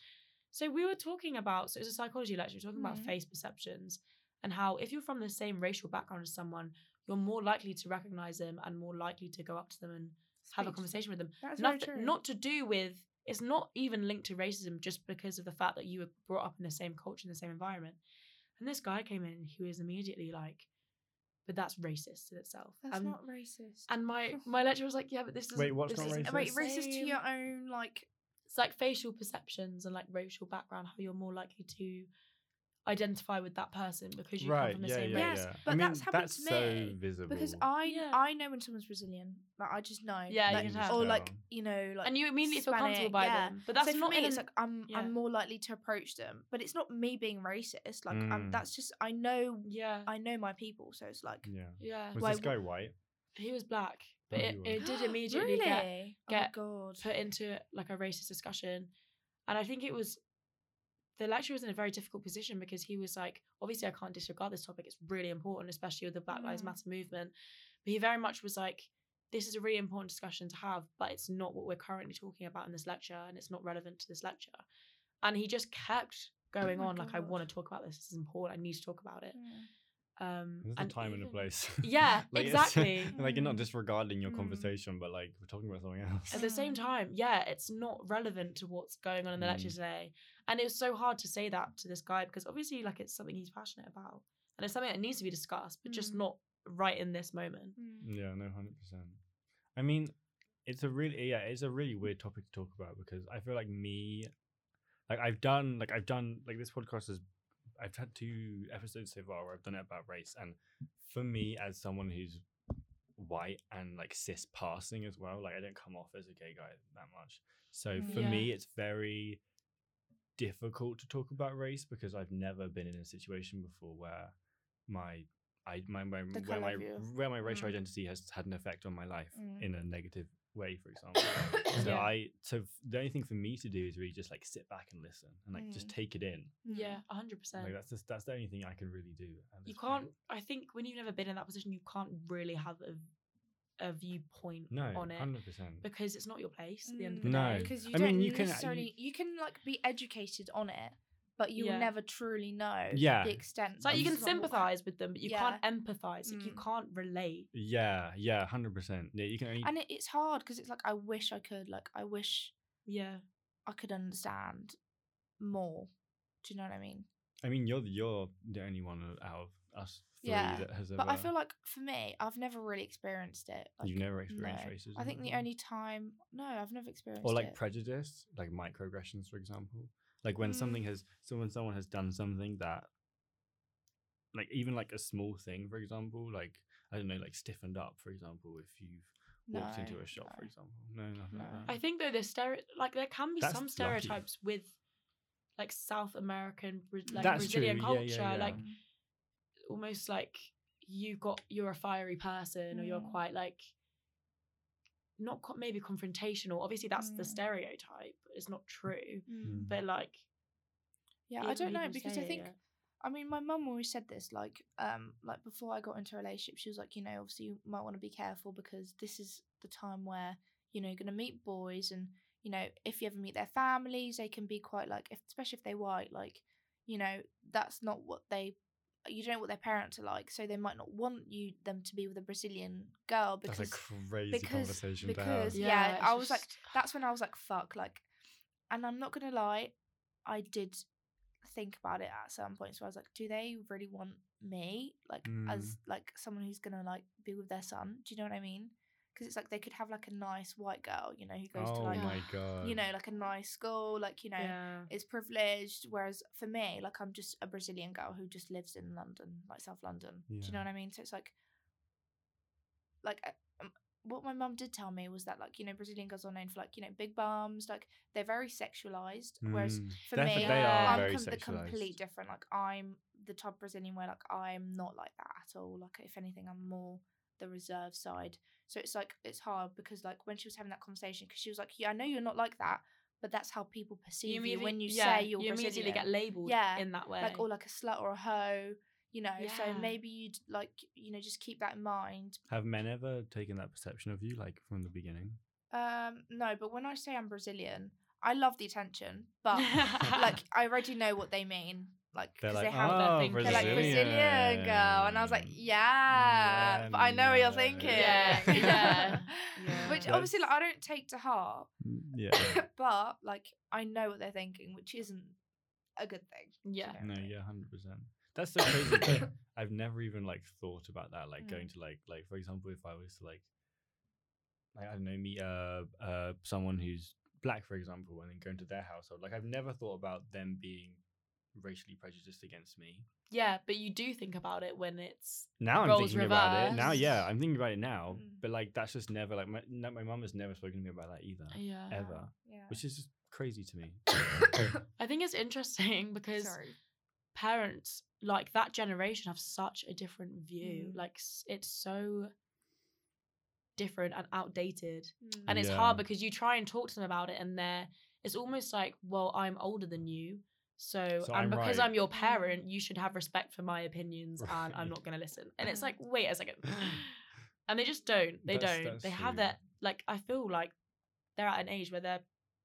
S1: so we were talking about, so it was a psychology lecture, we were talking about
S3: Mhm.
S1: face perceptions and how if you're from the same racial background as someone, you're more likely to recognize them and more likely to go up to them and have a
S3: Speech.
S1: conversation with them.
S3: That's very
S1: Nothing,
S3: true.
S1: not to do with, it's not even linked to racism just because of the fact that you were brought up in the same culture, in the same environment. And this guy came in and he was immediately like, but that's racist in itself.
S3: That's
S1: And-
S3: not racist.
S1: and my my lecturer was like, yeah, but this is
S2: Wait, what's
S1: this
S2: not
S1: isn't
S2: racist?
S3: Wait,
S1: the
S3: racist to
S1: same."
S3: your own like.
S1: It's like facial perceptions and like racial background, how you're more likely to identify with that person because you
S2: right,
S1: come from the
S2: yeah,
S1: same
S2: yeah,
S1: race.
S3: Yes,
S2: yeah. I
S3: but
S2: mean,
S3: that's happened
S2: that's
S3: to
S2: so
S3: me,
S2: visible.
S3: Because I
S1: Yeah.
S3: I know when someone's Brazilian, like I just know.
S1: Yeah, you
S3: like,
S1: can
S3: or
S2: tell.
S3: like you know, like
S1: and you immediately feel comfortable
S3: Hispanic,
S1: by
S3: yeah.
S1: them, but that's
S3: so for
S1: not
S3: me.
S1: in
S3: It's like I'm
S1: yeah.
S3: I'm more likely to approach them, but it's not me being racist. Like I'm,
S2: Mm.
S3: that's just I know
S1: yeah,
S3: I know my people, so it's like
S2: Yeah.
S1: yeah.
S2: Was
S3: Why
S2: this guy white?
S1: He was black, but
S2: Oh,
S1: it,
S2: he was.
S1: it did immediately
S3: really?
S1: get get
S3: oh god.
S1: put into like a racist discussion, and I think it was the lecturer was in a very difficult position because he was like, obviously I can't disregard this topic; it's really important, especially with the Black Lives
S3: Mm.
S1: Matter movement. But he very much was like, this is a really important discussion to have, but it's not what we're currently talking about in this lecture, and it's not relevant to this lecture. And he just kept
S2: Oh
S1: going
S3: my
S1: on like, I
S3: God.
S1: want to talk about this. This is important. I need to talk about it.
S3: Mm.
S1: Um,
S2: There's a
S1: and
S2: time and a
S1: even-
S2: place.
S1: Yeah,
S2: Like, it's-
S1: exactly.
S2: like you're not
S3: Mm.
S2: disregarding your
S3: Mm.
S2: conversation, but like we're talking about something else.
S1: At the same
S3: Mm.
S1: time, yeah, it's not relevant to what's going on in the lecture
S2: Mm.
S1: today. And it was so hard to say that to this guy because obviously, like, it's something he's passionate about and it's something that needs to be discussed, but just
S3: Mm.
S1: not right in this moment.
S3: Mm.
S2: Yeah, no, hundred percent. I mean, it's a really yeah, it's a really weird topic to talk about because I feel like me, like I've done like I've done like this podcast is, I've had two episodes so far where I've done it about race, and for me as someone who's white and like cis passing as well, like I don't come off as a gay guy that much. So
S3: Mm.
S2: for
S1: Yeah.
S2: me, it's very difficult to talk about race because I've never been in a situation before where my I my, my
S3: The
S2: where
S3: colour
S2: my
S3: of you.
S2: where my racial
S3: Mm.
S2: identity has had an effect on my life
S3: Mm.
S2: in a negative way, for example. so
S1: Yeah.
S2: I so f- the only thing for me to do is really just like sit back and listen and like just
S3: Mm.
S2: take it in.
S1: Yeah, 100%.
S2: Like that's just that's the only thing I can really do. at
S1: you
S2: this point.
S1: can't, I think, when you've never been in that position, you can't really have a, a viewpoint
S2: No,
S1: on it
S2: hundred percent.
S1: because it's not your place at the end of
S3: Mm.
S1: the
S2: No.
S1: day.
S3: because you
S2: I
S3: don't
S2: mean, you can-
S3: necessarily you, can like be educated on it, but you
S1: Yeah.
S3: will never truly know
S2: Yeah.
S3: the extent.
S1: It's like you
S2: I'm
S1: can
S3: of what-
S1: sympathize with them, but you Hmm. can't empathize. Like, you
S3: Mm.
S1: can't relate.
S2: Yeah, yeah, hundred percent. Yeah, you can only
S3: and it, it's hard because it's like I wish I could, like I wish
S1: Yeah.
S3: I could understand more. Do you know what I mean?
S2: I mean you're the- you're the only one out of us three
S3: Yeah,
S2: that has
S3: But
S2: ever
S3: I feel like for me, I've never really experienced it. Like,
S2: you've never experienced
S3: no.
S2: racism. Mm.
S3: I think the
S2: before?
S3: only time, no, I've never experienced
S2: or like
S3: it.
S2: prejudice, like microaggressions, for example. Like when something
S3: Mm.
S2: has, so when someone has done something that, like even like a small thing, for example, like I don't know, like stiffened up, for example, if you've walked into
S3: No,
S2: a shop, for
S3: no.
S2: example. No, nothing
S3: No.
S2: like that.
S1: I think though the stere like there can be
S2: That's
S1: some
S2: lucky.
S1: stereotypes with like South American Bra- like
S2: That's
S1: Brazilian
S2: true, yeah,
S1: culture,
S2: yeah, yeah. Mm.
S1: like almost like you got you're a fiery person or you're
S3: Mm.
S1: quite like not co- maybe confrontational. Obviously that's the
S3: Mm.
S2: Hmm.
S1: stereotype. It's not true,
S3: Mm.
S2: Mm.
S1: but like
S3: Yeah, I
S1: even
S3: don't know
S1: people
S3: because I
S1: saying it
S3: think
S1: yet.
S3: I mean my mum always said this like um like before I got into a relationship she was like you know obviously you might want to be careful because this is the time where you know you're going to meet boys and you know if you ever meet their families they can be quite like if, especially if they're white like you know that's not what they you don't know what their parents are like so they might not want you them to be with a Brazilian girl because
S2: That's a crazy
S3: because-
S2: conversation
S3: because-
S2: to have.
S3: Yeah, I
S1: it's
S3: was like,
S1: just-
S3: that's when I was like, fuck, like, and I'm not gonna lie, I did think about it at some points where I was like, do they really want me, like,
S2: Mm.
S3: as like someone who's gonna like be with their son? Do you know what I mean? Because it's like they could have like a nice white girl, you know, who goes to
S2: oh
S3: like,
S2: my
S1: Yeah.
S2: god.
S3: you know, like a nice school, like you know,
S1: yeah.
S3: is privileged. Whereas for me, like I'm just a Brazilian girl who just lives in London, like South London. Do you know
S2: Yeah.
S3: what I mean? So it's like, like uh, um, what my mum did tell me was that like you know Brazilian girls are known for like you know big bums, like they're very sexualized. Whereas
S2: Mm.
S3: for
S2: Defi-
S3: me,
S2: they
S1: Yeah.
S2: are
S3: I'm
S2: very
S3: com- the
S2: sexualized.
S3: complete different. Like I'm the type of Brazilian where like I'm not like that at all. Like if anything, I'm more the reserve side. So it's like it's hard because like when she was having that conversation, because she was like, "Yeah, I know you're not like that, but that's how people perceive you, when you
S1: yeah,
S3: say you're
S1: you immediately
S3: Brazilian,
S1: get labelled
S3: Yeah,
S1: in that way.
S3: like or like a slut or a hoe." You know, so
S1: Yeah.
S3: maybe you'd like you know just keep that in mind.
S2: Have men ever taken that perception of you, like from the beginning?
S3: Um, no, but when I say I'm Brazilian, I love the attention, but like I already know what they mean. Like
S2: They're
S3: 'cause
S2: like,
S3: they have
S2: oh, Hmm.
S3: that
S1: thing.
S3: They're like Brazilian girl, and I was like,
S2: Brazilian."
S3: yeah, but I know what
S2: Yeah.
S3: you're thinking.
S1: Yeah. Yeah. Yeah.
S3: Which
S2: That's-
S3: obviously like, I don't take to heart,
S2: yeah.
S3: but like I know what they're thinking, which isn't a good thing.
S1: yeah.
S3: Yeah.
S2: No, yeah, hundred percent. That's so crazy. that I've never even like thought about that. Like going
S3: Mm.
S2: to like like for example, if I was to like like I don't know meet uh uh someone who's black for example, and then going to their household. Like I've never thought about them being racially prejudiced against me.
S1: Yeah, but you do think about it when it's
S2: Now I'm
S1: Roles
S2: thinking about it. Now, yeah,
S1: reversed.
S2: I'm thinking about it now.
S3: Mm.
S2: But like that's just never like my no, my mum has never spoken to me about that either,
S1: yeah.
S2: ever,
S3: Yeah.
S2: which is just crazy to me.
S1: I think it's interesting because
S3: Sorry.
S1: parents like that generation have such a different view.
S3: Mm.
S1: Like s- it's so different and outdated.
S3: Mm.
S1: And it's
S2: Yeah.
S1: hard because you try and talk to them about it and they're it's almost like, well, I'm older than you. So,
S2: So
S1: and
S2: I'm
S1: because
S2: right. Mm.
S1: I'm your parent, you should have respect for my opinions and I'm not gonna listen. And it's like, wait a second. And they just don't. They
S2: That's-
S1: don't.
S2: that's
S1: they have
S2: true.
S1: their like I feel like they're at an age where their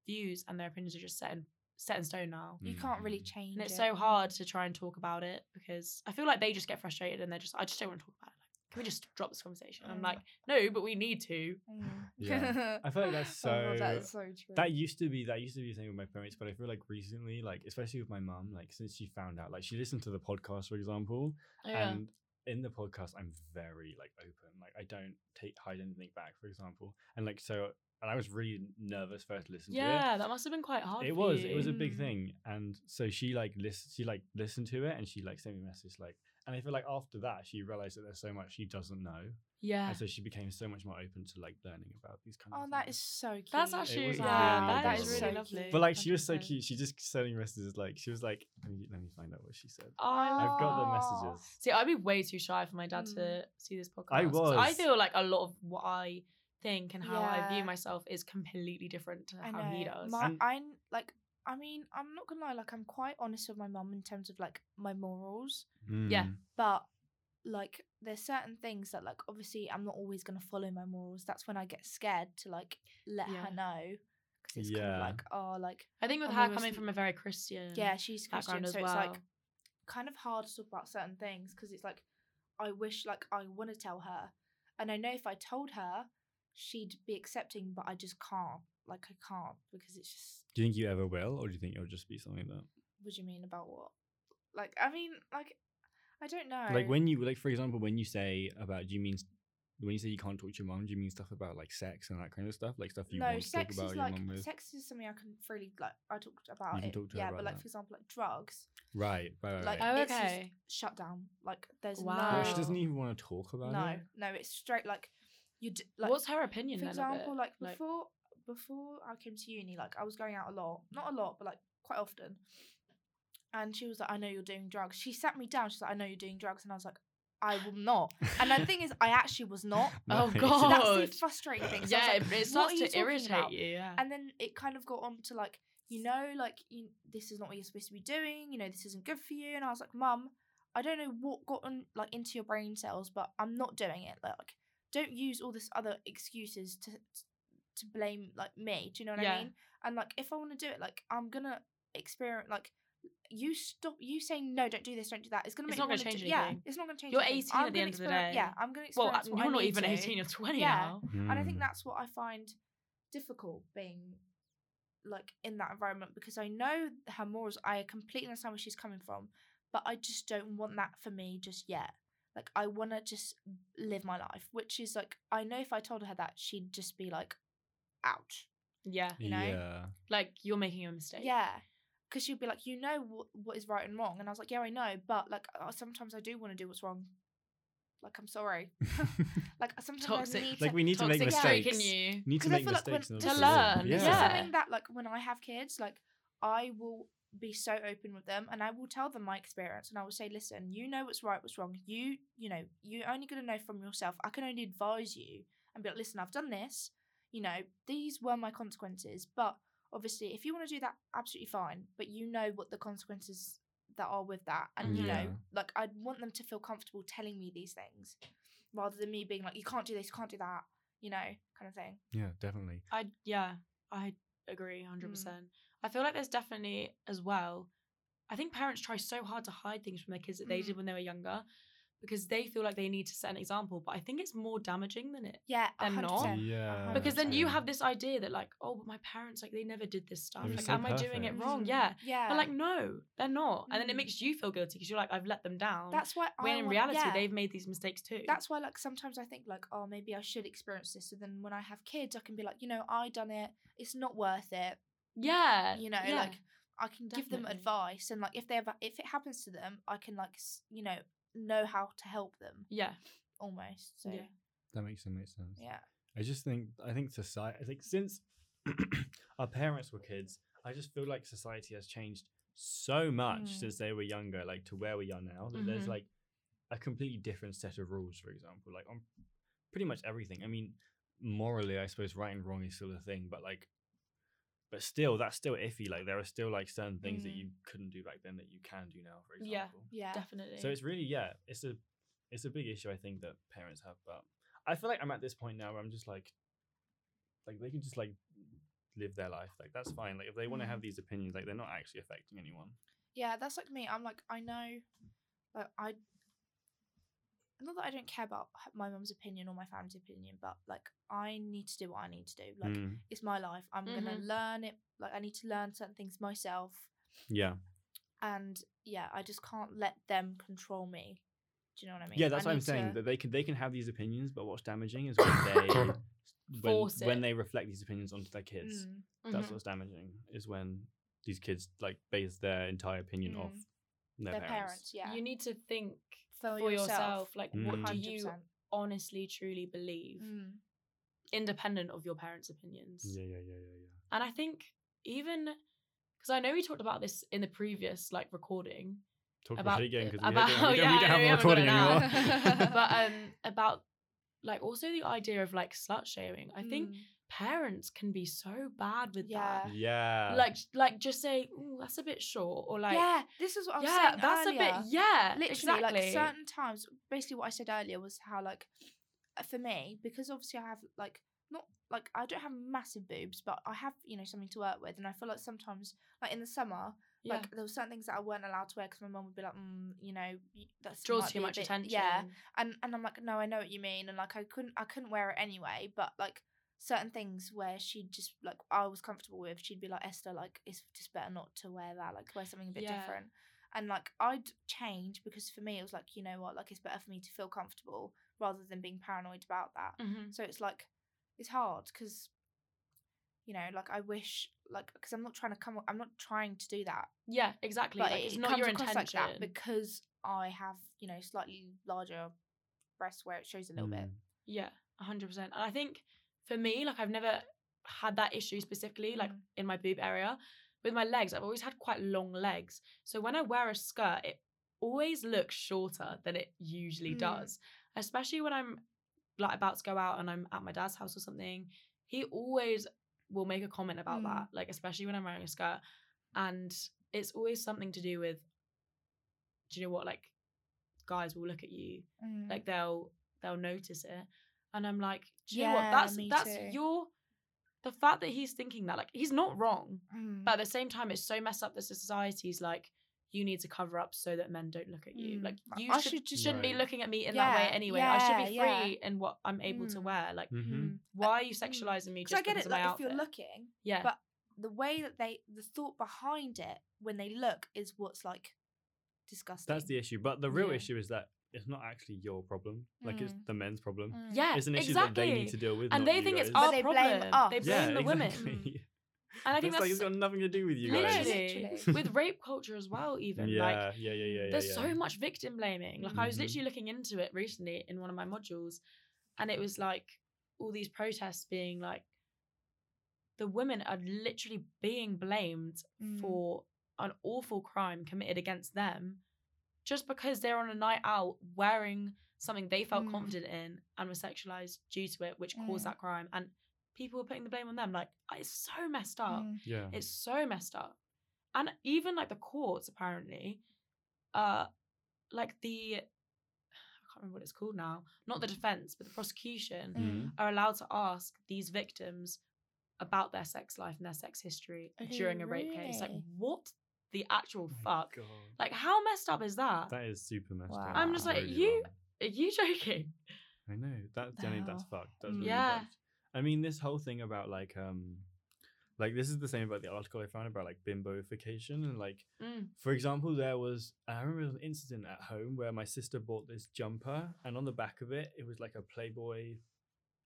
S1: views and their opinions are just set in set in stone now.
S3: you can't really
S2: Mm.
S3: change.
S1: And it's
S3: it.
S1: so hard to try and talk about it because I feel like they just get frustrated and they're just I just don't want to talk about it. Like, can we just drop this conversation? And I'm
S3: Mm.
S1: like, no, but we need to.
S3: Mm.
S2: Yeah. I feel like that's
S3: Oh, God, that's
S2: so-
S3: so true.
S2: That used to be that used to be a thing with my parents, but I feel like recently, like especially with my mum, like since she found out, like she listened to the podcast, for example,
S3: Oh,
S2: and in the podcast, I'm very like open, like I don't take hide anything back, for example, and like so, and I was really nervous first to listen to it.
S1: Yeah, that must have been quite hard.
S2: It
S1: for
S2: was. It
S1: you.
S2: was a big
S3: Mm.
S2: thing, and so she like list, she like listened to it, and she like sent me a message like, and I feel like after that she realized that there's so much she doesn't know,
S1: Yeah.
S2: and so she became so much more open to like learning about these kind
S3: oh,
S2: of.
S3: that
S2: things.
S3: is so cute.
S1: That's actually
S2: was
S1: yeah,
S2: really
S1: that
S2: adorable.
S1: is really
S2: So
S1: lovely.
S3: cute.
S2: But like she was so
S1: 100%.
S2: cute. She just sending messages like she was like, let me, let me find out what she said.
S3: Oh.
S1: I
S2: I've got the
S3: Aw.
S2: messages.
S1: see. I'd be way too shy for my dad
S3: Mm.
S1: to see this podcast.
S2: I
S1: 'cause I
S2: was.
S1: feel like a lot of what I think and how I view
S3: Yeah.
S1: myself is completely different to
S3: I
S1: how he
S3: know.
S1: does.
S3: My,
S2: And-
S3: I'm like, I mean, I'm not gonna lie. Like, I'm quite honest with my mum in terms of like my morals,
S1: Yeah.
S2: Mm.
S3: but like, there's certain things that like obviously I'm not always gonna follow my morals. That's when I get scared to like let
S1: Yeah.
S3: her know because it's kind
S2: Yeah.
S3: of like, oh, like
S1: I think with
S3: and
S1: her
S3: we were
S1: coming
S3: sl-
S1: from a very Christian.
S3: yeah, she's
S1: Mm. background
S3: Christian,
S1: as
S3: so it's like
S1: well.
S3: kind of hard to talk about certain things because it's like I wish like I want to tell her, and I know if I told her, she'd be accepting, but I just can't. Like, I can't because it's just
S2: Do you think you ever will, or do you think it'll just be something that,
S3: What do you mean about what? Like, I mean, like, I don't know.
S2: like, when you like, for example, when you say about, do you mean s- when you say you can't talk to your mom, do you mean stuff about like sex and that kind of stuff, like stuff you
S3: no,
S2: want to talk
S3: sex
S2: about
S3: is
S2: your
S3: like
S2: mum with?
S3: sex is something I can freely like. I talked about
S2: You can
S3: it,
S2: talk to her
S3: yeah,
S2: about
S3: but like
S2: that.
S3: for example, like drugs,
S2: Right, right, right.
S3: like
S2: right.
S1: Oh,
S3: it's just
S1: okay.
S3: shut down. Like, there's
S1: Wow.
S2: Well,
S3: no,
S2: she doesn't even want to talk about
S3: no,
S2: it.
S3: no. It's straight like you. D- like,
S1: What's her opinion
S3: for
S1: then?
S3: example,
S1: of it?
S3: like before before I came to uni, like I was going out a lot, not a lot, but like quite often. And she was like, "I know you're doing drugs." She sat me down. She's like, "I know you're doing drugs," and I was like, "I will not." And the thing is, I actually was not.
S1: Oh,
S2: Nice.
S3: So that's the
S1: God.
S3: frustrating thing. So I was
S1: yeah,
S3: like,
S1: it, it
S3: "What
S1: starts
S3: are you
S1: to
S3: talking
S1: irritate
S3: about?"
S1: you. Yeah.
S3: And then it kind of got on to like you know, like you, this is not what you're supposed to be doing. You know, this isn't good for you. And I was like, Mum, I don't know what got on, like into your brain cells, but I'm not doing it. Like, don't use all this other excuses to to blame like me. Do you know what
S1: Yeah.
S3: I mean? And like, if I want to do it, like I'm gonna experiment. Like, you stop you saying no, don't do this, don't do that. It's gonna
S1: It's
S3: make
S1: not
S3: me
S1: gonna
S3: wanna
S1: change
S3: do- yeah,
S1: anything.
S3: it's not gonna change.
S1: You're
S3: anything.
S1: 18 at
S3: I'm
S1: the
S3: gonna
S1: end of the
S3: experiment-
S1: day.
S3: Yeah, I'm gonna
S1: Well,
S3: experience.
S1: I-
S3: what I
S1: you're not
S3: need
S1: even
S3: to.
S1: 18, you're 20
S3: Yeah.
S1: now.
S3: And I think
S2: Mm.
S3: that's what I find difficult being like in that environment because I know her morals. I completely understand where she's coming from, but I just don't want that for me just yet. Like I want to just live my life, which is like I know if I told her that she'd just be like, "Ouch,"
S1: Yeah.
S3: you know?
S2: Yeah.
S1: Like you're making a mistake.
S3: yeah, because she'd be like, "You know what what is right and wrong," and I was like, "Yeah, I know, but like uh, sometimes I do want to do what's wrong." Like I'm sorry. Like sometimes
S1: Toxic.
S3: I need to
S2: like we need to make
S1: Toxic
S3: yeah.
S2: mistakes.
S1: streak in you.
S2: Need to
S3: Because I
S2: make
S3: feel like when-
S2: mistakes in order
S1: to
S2: to
S1: learn,
S2: Yeah.
S3: It's
S1: yeah.
S3: something that like when I have kids, like I will be so open with them and I will tell them my experience and I will say, listen, you know what's right, what's wrong. You, you know, you're only gonna know from yourself. I can only advise you and be like, listen, I've done this, you know, these were my consequences. But obviously if you want to do that, absolutely fine. But you know what the consequences that are with that. And you know,
S2: Yeah.
S3: like I'd want them to feel comfortable telling me these things rather than me being like, You can't do this, you can't do that, you know, kind of thing.
S2: Yeah, definitely.
S1: I yeah, I agree 100%. I feel like there's definitely as well. I think parents try so hard to hide things from their kids that they did when they were younger because they feel like they need to set an example, but I think it's more damaging than it.
S3: Yeah, a
S1: them
S3: hundred
S1: not.
S3: percent.
S2: Yeah.
S1: Because then you
S2: true.
S1: have this idea that like, oh, but my parents like they never did this stuff.
S2: They were
S1: Like
S2: so
S1: am I doing it
S2: perfect.
S1: wrong?
S3: Mm,
S1: Yeah.
S3: yeah.
S1: But like no, they're not. And then it
S3: Mm.
S1: makes you feel guilty because you're like I've let them down.
S3: that's why.
S1: when
S3: I
S1: in
S3: want-
S1: reality
S3: yeah.
S1: they've made these mistakes too.
S3: That's why, like, sometimes I think, like, oh, maybe I should experience this. So then when I have kids, I can be like, you know, I done it. It's not worth it.
S1: yeah.
S3: You know,
S1: Uh, yeah.
S3: like, I can give them
S1: definitely.
S3: advice, and like, if they ever, if it happens to them, I can like, s- you know, know how to help them
S1: yeah.
S3: almost. So yeah,
S1: Yeah.
S2: That makes so much sense.
S3: yeah.
S2: I just think I think society I think since our parents were kids, I just feel like society has changed so much
S3: Mm. Mm-hmm.
S2: since they were younger, like to where we are now. That
S1: Mhm.
S2: There's like a completely different set of rules, for example, like on pretty much everything. I mean, morally, I suppose right and wrong is still a thing, but like, but still, that's still iffy. Like, there are still like certain things that
S3: Mm.
S2: you couldn't do back then that you can do now, for example.
S1: Yeah. Definitely.
S2: So it's really yeah, it's a it's a big issue I think that parents have, but I feel like I'm at this point now where I'm just like like they can just like live their life. Like that's fine. Like if they want to
S3: Mm.
S2: have these opinions, like they're not actually affecting anyone.
S3: Yeah, that's like me. I'm like, I know, like, I, not that I don't care about h- my mum's opinion or my family's opinion, but like, I need to do what I need to do. Like,
S2: Mm,
S3: it's my life. I'm gonna
S1: Mm-hmm.
S3: learn it. Like, I need to learn certain things myself,
S2: Yeah.
S3: and yeah, I just can't let them control me. Do you know what I mean?
S2: Yeah, that's
S3: I
S2: what I'm
S3: need
S2: saying.
S3: to-
S2: That they can they can have these opinions, but what's damaging is when they when,
S1: Force it.
S2: when they reflect these opinions onto their kids.
S3: Mm,
S2: That's what's damaging is when these kids like base their entire opinion off
S3: Mm.
S2: their,
S3: their
S2: parents.
S3: parents. Yeah,
S1: You need to think
S3: For
S1: for,
S3: yourself.
S1: yourself. Like, what
S2: Mm.
S1: do you
S3: 100%.
S1: honestly, truly believe,
S3: Mm,
S1: independent of your parents' opinions?
S2: Yeah, yeah, yeah, yeah, yeah.
S1: And I think even because I know we talked about this in the previous like recording,
S2: Talk
S1: about
S2: about, it again
S1: the-
S2: because we, don't-
S1: about-
S2: we don't, we
S1: yeah,
S2: don't have
S1: I
S2: a
S1: know, we
S2: recording
S1: haven't
S2: anymore.
S1: got it
S3: now.
S1: but um about like also the idea of like slut shaming. I think
S3: mm,
S1: parents can be so bad with
S3: Yeah.
S2: yeah.
S1: that. Like, like just say, "Ooh, that's a bit short," or like,
S3: yeah, this is what I was
S1: yeah,
S3: saying
S1: that's
S3: earlier.
S1: a bit, yeah,
S3: literally
S1: exactly.
S3: like certain times basically what i said earlier was how like uh, for me because obviously i have like not like i don't have massive boobs but i have you know something to work with and i feel like sometimes like in the summer
S1: yeah.
S3: like there were certain things that i weren't allowed to wear because my mum would be like mm, you know y- that's
S1: draws
S3: might
S1: too
S3: be a
S1: much
S3: bit-"
S1: attention.
S3: yeah and and i'm like no i know what you mean and like i couldn't i couldn't wear it anyway but like certain things where she'd just like i was comfortable with she'd be like esther like it's just better not to wear that like wear something a bit
S1: Yeah.
S3: different and like i'd change because for me it was like you know what like it's better for me to feel comfortable rather than being paranoid about that
S1: Mhm.
S3: so it's like it's hard because you know like i wish like because i'm not trying to come i'm not trying to do that
S1: Yeah, exactly.
S3: but
S1: like,
S3: it
S1: it's not your
S3: comes
S1: intention.
S3: across like that because I have, you know, slightly larger breasts where it shows a little bit.
S1: yeah, hundred percent. And I think for me, like I've never had that issue specifically, like
S3: Mm.
S1: in my boob area. With my legs, I've always had quite long legs. So when I wear a skirt, it always looks shorter than it usually
S3: Mm.
S1: does. Especially when I'm like about to go out and I'm at my dad's house or something. He always will make a comment about
S3: Mm.
S1: that, like especially when I'm wearing a skirt, and it's always something to do with. Do you know what? Like, guys will look at you,
S3: Mm.
S1: like they'll they'll notice it, and I'm like, do you know
S3: Yeah,
S1: what? That's
S3: me
S1: that's
S3: too.
S1: your. The fact that he's thinking that, like, he's not wrong,
S3: Mm.
S1: but at the same time, it's so messed up that society's like, you need to cover up so that men don't look at you.
S3: Mm.
S1: Like,
S3: I-
S1: you
S3: I
S1: should,
S3: should
S1: just
S3: just-
S1: shouldn't be
S2: Right.
S1: looking at me in that way
S3: Yeah,
S1: anyway. I should be
S3: yeah,
S1: free in what I'm able to
S3: Mm.
S1: wear. Like,
S2: Mm-hmm.
S3: Mm.
S1: why are you sexualizing me?
S3: Because
S1: Just
S3: I get
S1: because
S3: it.
S1: of my
S3: Like if you're
S1: outfit?
S3: looking,
S1: yeah,
S3: but the way that they, the thought behind it when they look is what's like disgusting.
S2: That's the issue. But the real
S1: Yeah.
S2: issue is that it's not actually your problem. Like it's the men's problem.
S3: Mm.
S1: yeah,
S2: It's an issue
S1: exactly.
S2: that they need to deal with.
S1: and
S2: not
S1: they
S2: you
S1: think it's
S2: guys.
S3: But
S1: our
S3: they blame
S1: problem.
S3: us.
S1: They blame
S2: yeah,
S1: the women,
S2: exactly.
S3: Mm.
S1: and I
S2: It's
S1: think
S2: like
S1: that's
S2: it's got nothing to do with you guys.
S3: Literally.
S1: literally
S3: Literally.
S1: with rape culture as well. Even
S2: yeah,
S1: like
S2: yeah, yeah, yeah, yeah.
S1: there's
S2: yeah.
S1: so much victim blaming. Like I was
S2: Mhm.
S1: literally looking into it recently in one of my modules, and it was like all these protests being like the women are literally being blamed
S3: Mm.
S1: for an awful crime committed against them just because they're on a night out wearing something they felt
S3: Mm.
S1: confident in and were sexualized due to it, which
S3: Mm.
S1: caused that crime. And people were putting the blame on them. Like it's so messed up.
S3: Mm.
S2: Yeah.
S1: It's so messed up. And even like the courts apparently, uh like the I can't remember what it's called now, not the defense, but the prosecution
S2: Mhm.
S1: are allowed to ask these victims about their sex life and their sex history
S3: Oh,
S1: during a rape case. Like
S3: really?
S1: what the actual fuck?
S2: Oh God.
S1: Like how messed up is that?
S2: That is super messed up.
S3: I'm
S2: It's
S1: just like,
S2: really
S1: you-
S2: wrong.
S1: Are you joking?
S2: I know that Jenny, that's fucked. That's really
S1: Yeah.
S2: fucked. I mean, this whole thing about like um, like this is the same about the article I found about like bimboification and like
S1: Mm.
S2: for example, there was I remember there was an incident at home where my sister bought this jumper and on the back of it it was like a Playboy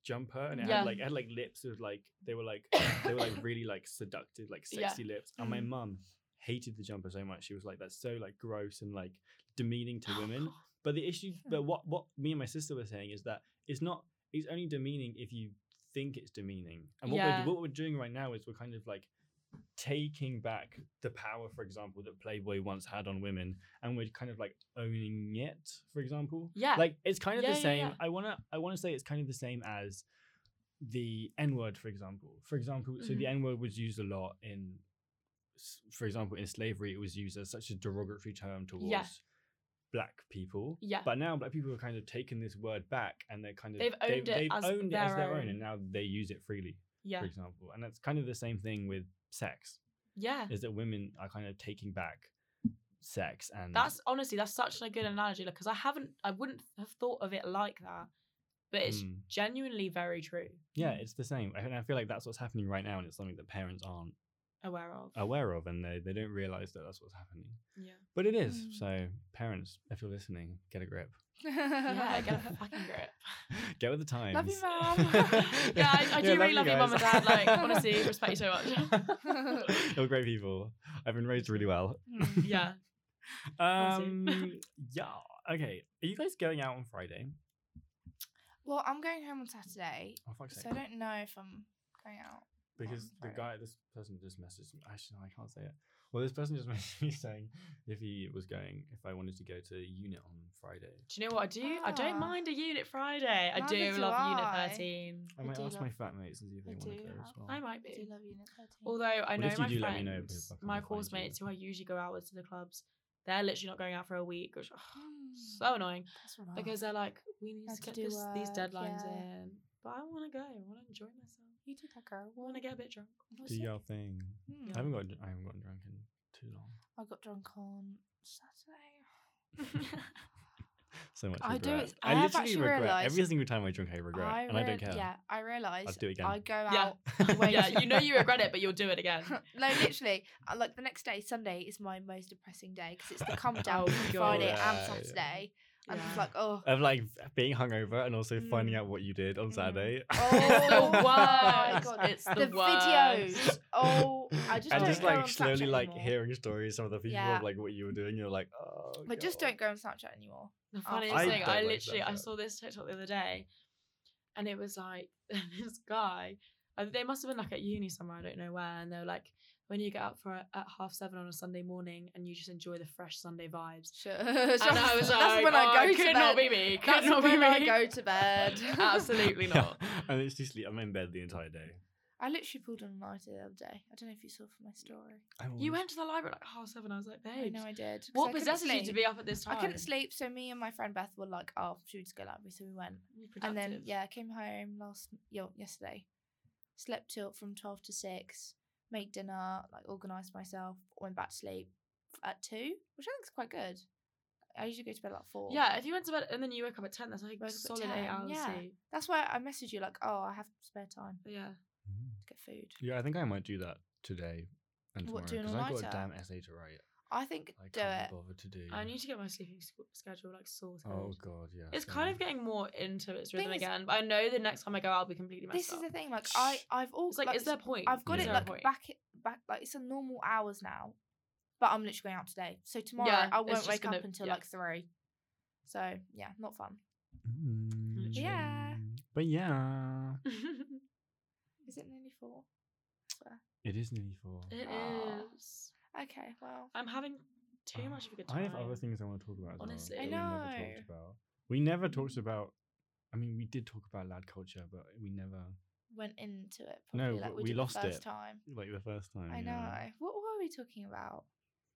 S2: jumper and it
S1: Yeah.
S2: had like it had like lips. It was like they were like they were like really like seductive, like
S1: Yeah. Mm.
S2: sexy lips. And my
S3: Mhm.
S2: mum hated the jumper so much. She was like, that's so like gross and like demeaning to women. But the issue, but what what me and my sister were saying is that it's not. It's only demeaning if you think it's demeaning. And what
S1: Yeah.
S2: we're what we're doing right now is we're kind of like taking back the power, for example, that Playboy once had on women, and we're kind of like owning it. For example,
S1: Yeah.
S2: like it's kind of
S1: Yeah,
S2: the
S1: yeah,
S2: same.
S1: yeah.
S2: I wanna I wanna say it's kind of the same as the N word, for example. For example, so
S1: Mm-hmm.
S2: the N word was used a lot in, s- for example, in slavery, it was used as such a derogatory term towards black people.
S1: Yeah.
S2: But now black people have kind of taken this word back, and they're kind of
S1: They've owned it as
S2: owned it as
S1: their
S2: their
S1: own.
S2: own, and now they use it freely.
S1: yeah.
S2: For example, and that's kind of the same thing with sex
S1: Yeah.
S2: is that women are kind of taking back sex and
S1: That's honestly that's such a good analogy because I haven't I wouldn't have thought of it like that, but it's
S2: Mm.
S1: genuinely very true.
S2: yeah it's the same I- and i feel like that's what's happening right now and it's something that parents aren't
S1: Aware of.
S2: aware of and they, they don't realize that that's what's happening
S1: Yeah.
S2: but it is
S3: Mm.
S2: so parents if you're listening get a grip
S1: Yeah. Get a fucking grip.
S2: get with the times
S3: Love you, Mum.
S1: Yeah, I, I do really love you, mum and dad. Like honestly,
S3: guys.
S1: respect you so much.
S2: much you're great people i've been raised really well
S3: Mm.
S1: yeah. Awesome.
S2: um yeah okay are you guys going out on friday
S3: Well, I'm going home on Saturday,
S2: oh fuck's
S3: so
S2: sake
S3: I don't know if I'm going out.
S2: because the
S3: Right.
S2: guy, this person just messaged me. Actually, no, I can't say it. Well, this person just messaged me saying if he was going, if I wanted to go to unit on Friday.
S1: Do you know what I do? I
S3: Ah.
S1: don't mind a unit Friday. I
S3: Neither
S1: do
S3: do
S1: love
S3: I.
S1: Unit 13.
S2: I
S3: I
S2: might
S3: do
S2: ask my
S3: love-
S2: fat mates and see if
S3: I
S2: they want to
S3: do
S2: go as
S3: love-
S2: well.
S1: I might
S3: I do
S1: be.
S3: love Unit 13.
S1: Although I
S2: Well,
S1: know
S2: if you
S1: my
S2: do, let me know,
S1: friends,
S2: because I
S1: my
S2: can't
S1: course
S2: find you.
S1: mates who I usually go out with to the clubs, they're literally not going out for a week, which oh,
S3: Mm,
S1: so annoying
S3: that's rough.
S1: because uh, they're like, we need
S3: Ah. Have
S1: to
S3: to
S1: get
S3: do
S1: this, these
S3: work,
S1: deadlines
S3: yeah.
S1: in. But I want to go. I want to enjoy myself.
S3: you did that, girl.
S1: I want to get a bit drunk.
S3: What's
S2: Do
S3: it?
S2: your thing. I
S3: Mm.
S2: haven't got, I haven't gotten drunk in too long.
S3: I got drunk on Saturday.
S2: So much.
S3: I do
S2: regret.
S3: it- I have actually
S2: regret every
S3: realised-
S2: single time I drink. I regret, and I don't
S3: real-
S2: care.
S3: Yeah, I realized.
S2: do it again.
S3: I go
S1: Yeah.
S3: out.
S2: Yeah.
S3: Wait.
S1: yeah, you know you regret it, but you'll do it again.
S3: no, literally. uh, Like the next day, Sunday is my most depressing day because it's the come down
S1: Oh,
S3: from
S1: God.
S3: Friday
S2: Yeah,
S3: and
S2: yeah.
S3: Saturday. I'm just
S1: Yeah.
S3: like, oh,
S2: Of like being hungover and also finding
S3: Mm.
S2: out what you did on
S3: Mm.
S2: Saturday.
S1: It's the
S3: Oh my
S1: worst.
S3: God.
S1: It's the,
S3: the,
S1: worst.
S3: videos. Oh, I just
S2: and
S3: don't
S2: just
S3: go on
S2: like slowly
S3: Snapchat
S2: like
S3: anymore.
S2: hearing stories from other people
S3: Yeah.
S2: of like what you were doing. You're like, oh.
S3: But just
S2: God."
S3: don't go on Snapchat anymore.
S1: The
S3: Oh,
S1: funniest
S3: I
S1: thing,
S2: don't
S1: I
S2: like
S1: literally I
S2: Snapchat.
S1: saw this TikTok the other day, and it was like this guy. uh, They must have been like at uni somewhere, I don't know where, and they were like, "When you get up for a, at half seven on a Sunday morning, and you just enjoy the fresh Sunday vibes."
S3: Sure.
S1: And I was like, "Oh, could not be me. Could
S3: That's
S1: not be
S3: when
S1: me.
S3: I go to bed.
S1: Absolutely
S2: Yeah.
S1: not.
S2: and it's just sleep. I'm in bed the entire day.
S3: I literally pulled on an eye the other day. I don't know if you saw from my story.
S2: I always,
S1: You went to the library at like half seven. I was like,
S3: I
S1: babe,
S3: know I did. 'cause I
S1: what
S3: couldn't
S1: possesses you to
S3: sleep.
S1: be up at this time?
S3: I couldn't sleep, so me and my friend Beth were like, "Oh, should we just go library?" So we went,
S1: Be
S3: and then
S1: productive.
S3: yeah, I came home last yo, yesterday. Slept till from twelve to six. Made dinner, like organised myself. Went back to sleep at two, which I think is quite good. I usually go to bed at like four.
S1: Yeah, if you went to bed and then you woke up at 10, that's like
S3: Woke up at
S1: solid
S3: 10,
S1: eight hours
S3: yeah.
S1: sleep.
S3: that's why I messaged you like, "Oh, I have spare time
S1: Yeah.
S2: Mm.
S3: to get food."
S2: Yeah, I think I might do that today and
S3: What, do
S2: tomorrow
S3: an
S2: because I've got a
S3: all-nighter?
S2: damn essay to write.
S3: I think
S2: I
S3: do
S2: can't
S3: it.
S2: be bothered to do.
S1: I need to get my sleeping sch- schedule like sorted.
S2: oh god, yeah.
S1: it's
S2: same.
S1: kind of getting more into its
S3: Thing
S1: rhythm
S3: is-
S1: again, but I know the next time I go, I'll be completely messed
S3: This
S1: up.
S3: is the thing, like I, I've all
S1: It's like, is there a point?
S3: I've got
S1: Is
S3: it
S1: there a
S3: like
S1: point?
S3: back back like it's a normal hours now, but I'm literally going out today. So tomorrow
S1: Yeah,
S3: I
S1: it's
S3: won't
S1: just
S3: wake
S1: gonna-
S3: up until
S1: yeah.
S3: like three. So yeah, not fun.
S2: Mm,
S3: Yeah.
S2: But yeah,
S3: Is it nearly four?
S2: it is nearly four.
S1: It
S3: Ah.
S1: is.
S3: Okay, well
S1: I'm having too
S2: Ah,
S1: much of a good time.
S2: I have other things I want to talk about. as well
S1: Honestly.
S2: that
S1: I
S2: we never
S3: know.
S2: talked about. We never talked
S3: Mm.
S2: about. I mean, we did talk about lad culture, but we never
S3: went into it.
S2: No,
S3: Probably,
S2: w-
S3: like we,
S2: we
S3: did
S2: lost
S3: the first
S2: it.
S3: time.
S2: like the first time.
S3: I
S2: yeah.
S3: know. What were we talking about?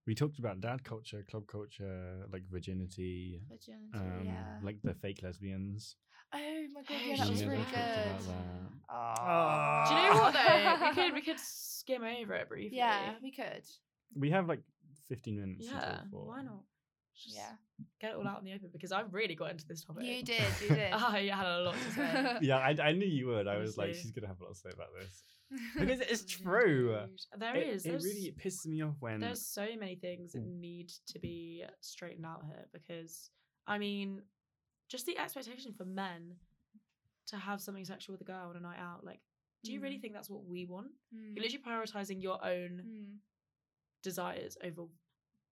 S2: We talked about dad culture, club culture, like virginity,
S3: Virginity.
S2: um,
S3: yeah.
S2: like the fake lesbians.
S3: oh my god,
S1: Hey,
S3: yeah, that
S2: We
S3: was
S2: never
S3: really
S2: talked about
S3: good.
S2: that.
S3: Aw.
S1: Do you know what though? we could we could skim over it briefly.
S3: yeah, we could.
S2: We have like fifteen minutes. to
S1: Yeah.
S2: talk for.
S1: Why not? Just
S3: Yeah,
S1: Get it all out in the open because I really got into this topic.
S3: you did. You did.
S1: I had a lot to say.
S2: Yeah, I, I knew you would. I was like,
S1: Honestly.
S2: she's gonna have a lot to say about this because it's true.
S1: Rude. There
S2: It,
S1: is.
S2: it
S1: There's,
S2: really pisses me off when
S1: there's so many things that
S2: Mm.
S1: need to be straightened out here because I mean, just the expectation for men to have something sexual with a girl on a night out. Like, do you
S2: Mm.
S1: really think that's what we want?
S3: Hmm.
S1: You're literally prioritizing your own
S3: Mm.
S1: desires over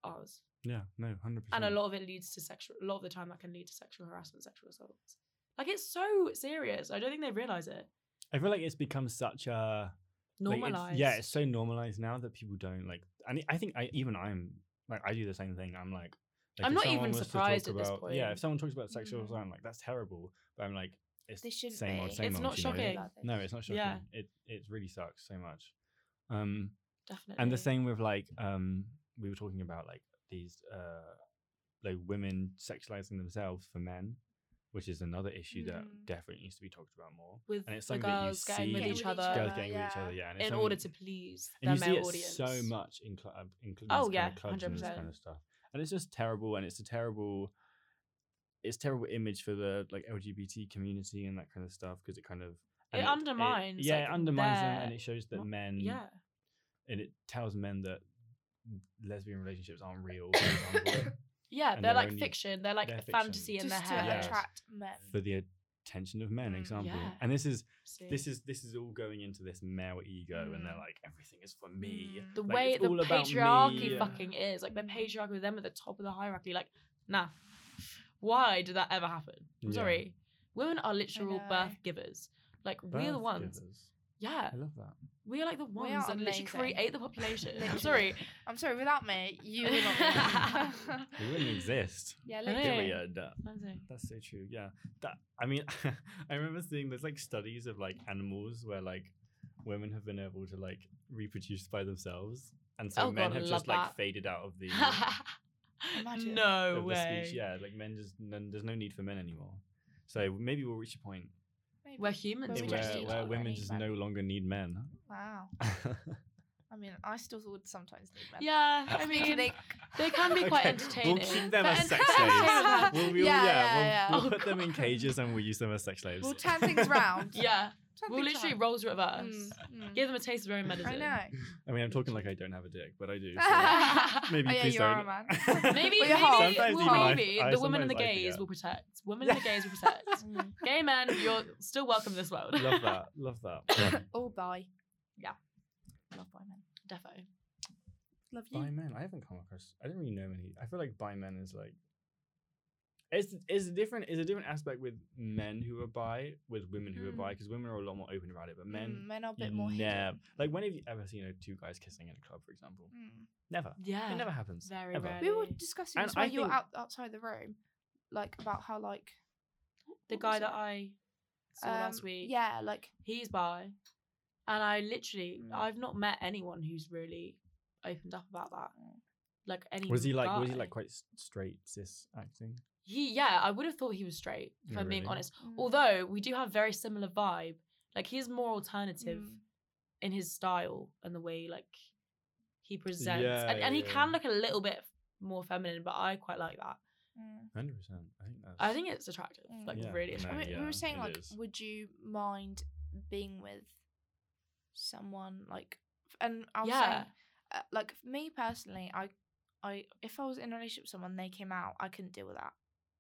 S1: ours,
S2: yeah, no, hundred percent.
S1: and a lot of it leads to sexual. A lot of the time, that can lead to sexual harassment, sexual assaults. Like, it's so serious. I don't think they realize it.
S2: I feel like it's become such a like, it's-
S1: Normalized.
S2: yeah, it's so normalized now that people don't like. And I think I even I'm like I do the same thing. I'm like. like,
S1: I'm
S2: if
S1: not
S2: someone
S1: even
S2: was to talk
S1: surprised at this
S2: about- Yeah,
S1: point. Mm.
S2: if someone talks about sexual
S3: Mhm.
S2: assault, I'm like, that's terrible. But I'm like, it's
S3: This shouldn't
S2: same
S3: be.
S2: old, same
S1: It's
S2: old,
S1: not
S2: you know?
S1: shocking.
S2: No, it's not shocking.
S1: Yeah.
S2: It it really sucks so much. Um,
S1: definitely.
S2: and the same with like um we were talking about like these uh like women sexualizing themselves for men which is another issue that
S3: Mm.
S2: definitely needs to be talked about more
S1: with
S2: and it's
S1: the
S2: something that you
S1: girls getting with
S2: see
S1: each
S3: Getting with each
S1: other.
S2: girls
S3: other,
S2: getting with each
S3: yeah.
S2: other yeah and it's
S1: Uh, in
S2: something-
S1: order to please
S2: and
S1: their
S2: you see
S1: male
S2: it
S1: audience.
S2: so much in club including
S1: Oh,
S2: oh yeah
S1: yeah,
S2: clubs and this
S1: 100%.
S2: kind of stuff and it's just terrible and it's a terrible it's terrible image for the like lgbt community and that kind of stuff because it kind of and
S1: It undermines,
S2: yeah
S1: like,
S2: it undermines them
S1: their
S2: and it shows that
S1: mo-
S2: men
S1: Yeah,
S2: and it tells men that lesbian relationships aren't real for, example,
S1: yeah,
S2: And
S1: they're
S2: they're
S1: like
S2: only-
S1: fiction. They're like
S2: they're
S1: a fantasy in
S3: Just
S1: their
S3: to
S1: head.
S2: Yeah.
S3: attract men.
S2: for the attention of men
S3: Mm,
S2: example
S1: yeah.
S2: and this is
S1: See?
S2: this is this is all going into this male ego and they're
S3: Mm.
S2: like everything is for me
S3: Mm.
S1: the
S2: like,
S1: way
S2: it's
S1: the
S2: all about
S1: patriarchy
S2: me.
S1: fucking is. Like the patriarchy with them at the top of the hierarchy. Like, nah. Why did that ever happen? I'm
S2: Yeah.
S1: sorry. Women are literal
S3: know.
S1: birth givers. Like we're the
S2: Birth
S1: ones.
S2: givers.
S1: Yeah.
S2: i love that
S1: We are like the ones
S3: are
S1: that literally
S3: amazing.
S1: create the population. I'm
S3: Literally.
S1: sorry.
S3: I'm sorry, without me, you would not. be here.
S2: we wouldn't exist
S3: yeah,
S1: know.
S3: literally.
S2: period
S1: I'm sorry.
S2: that's so true yeah that i mean i remember seeing there's like studies of like animals where like women have been able to like reproduce by themselves and so
S1: Oh,
S2: men
S1: God, I
S2: have
S1: love
S2: just like
S1: that.
S2: faded out of the
S3: Imagine.
S1: no
S2: of the
S1: way.
S2: speech. Yeah, like men just none, there's no need for men anymore. So maybe we'll reach a point
S3: Maybe.
S1: We're humans.
S2: where,
S3: Where we
S1: we just
S3: don't
S2: where,
S3: need
S1: eat
S3: to
S1: our
S3: men
S2: women
S1: own.
S2: just
S3: anymore.
S2: no longer need men.
S3: Wow. I mean, I still would sometimes need men.
S1: Yeah,
S2: I
S1: I
S3: Think-
S1: mean,
S3: think-
S1: they can be quite
S2: Okay,
S1: entertaining.
S2: We'll keep them
S3: But
S2: as
S3: ent-
S2: sex slaves. We'll, we'll, yeah, we'll,
S3: Yeah, yeah,
S1: yeah.
S2: we'll
S1: Oh,
S2: put them in
S1: God.
S2: cages and we'll use them as sex slaves.
S3: we'll turn things round.
S1: yeah,
S3: Turn
S1: we'll
S3: things
S1: literally
S3: round.
S1: roles reverse.
S3: Mm, mm.
S1: Give them a taste of their own medicine.
S3: I know.
S2: I mean, I'm talking like I don't have a dick, but I do. So
S1: know.
S2: maybe
S3: Oh, yeah,
S2: please
S3: you
S2: don't.
S3: are a man.
S1: maybe,
S3: With your
S1: maybe,
S3: heart.
S2: Sometimes
S1: well,
S2: even I-
S1: maybe
S2: I-
S1: the women and the
S2: sometimes I
S1: gays
S2: forget.
S1: will protect. Women and the gays will protect.
S3: Mm.
S1: Gay men, you're still welcome in this world.
S2: Love that. Love that.
S3: All bi.
S1: Yeah.
S3: Love bi men.
S1: Defo.
S3: Love you.
S2: By men, I haven't come across. I don't really know many. I feel like by men is like. It's it's a different it's a different aspect with men who are bi with women who are
S3: Mm.
S2: bi because women are a lot more open about it, but
S3: Mm,
S2: men
S3: men are a bit
S2: you
S3: more
S2: never
S3: hidden.
S2: like when have you ever seen you know, two guys kissing in a club, for example?
S3: Mm.
S2: Never.
S1: Yeah.
S2: It never happens.
S1: very
S2: ever.
S1: rare.
S3: We were
S1: Really.
S3: discussing
S2: And
S3: this while
S2: I
S3: you were
S2: think-
S3: out, outside the room, like about how like
S1: The
S3: what was
S1: guy that
S3: it?
S1: I saw
S3: Um,
S1: last week,
S3: Yeah, like
S1: he's bi. And I literally,
S3: Mm.
S1: I've not met anyone who's really opened up about that.
S3: mm.
S1: Like any.
S2: Was he like? Was he
S1: guy.
S2: like quite s- straight cis acting?
S1: He yeah, I would have thought he was straight if
S2: Oh,
S1: I'm being
S2: really?
S1: honest.
S3: Mm.
S1: Although we do have very similar vibe. Like he's more alternative
S3: Mm.
S1: in his style and the way like he presents,
S2: Yeah,
S1: and, and he
S2: yeah,
S1: can
S2: yeah.
S1: look a little bit more feminine. But I quite like that.
S3: Mm.
S2: Hundred percent. I think that's.
S1: I think it's attractive,
S3: Mm.
S1: like
S2: Yeah,
S1: really
S2: no,
S3: I
S1: attractive.
S3: mean, we
S2: yeah,
S3: were saying
S2: it
S3: like,
S2: is.
S3: would you mind being with someone like? f- And I was
S1: Yeah,
S3: saying, uh, like for me personally, I, I if I was in a relationship with someone, they came out, I couldn't deal with that.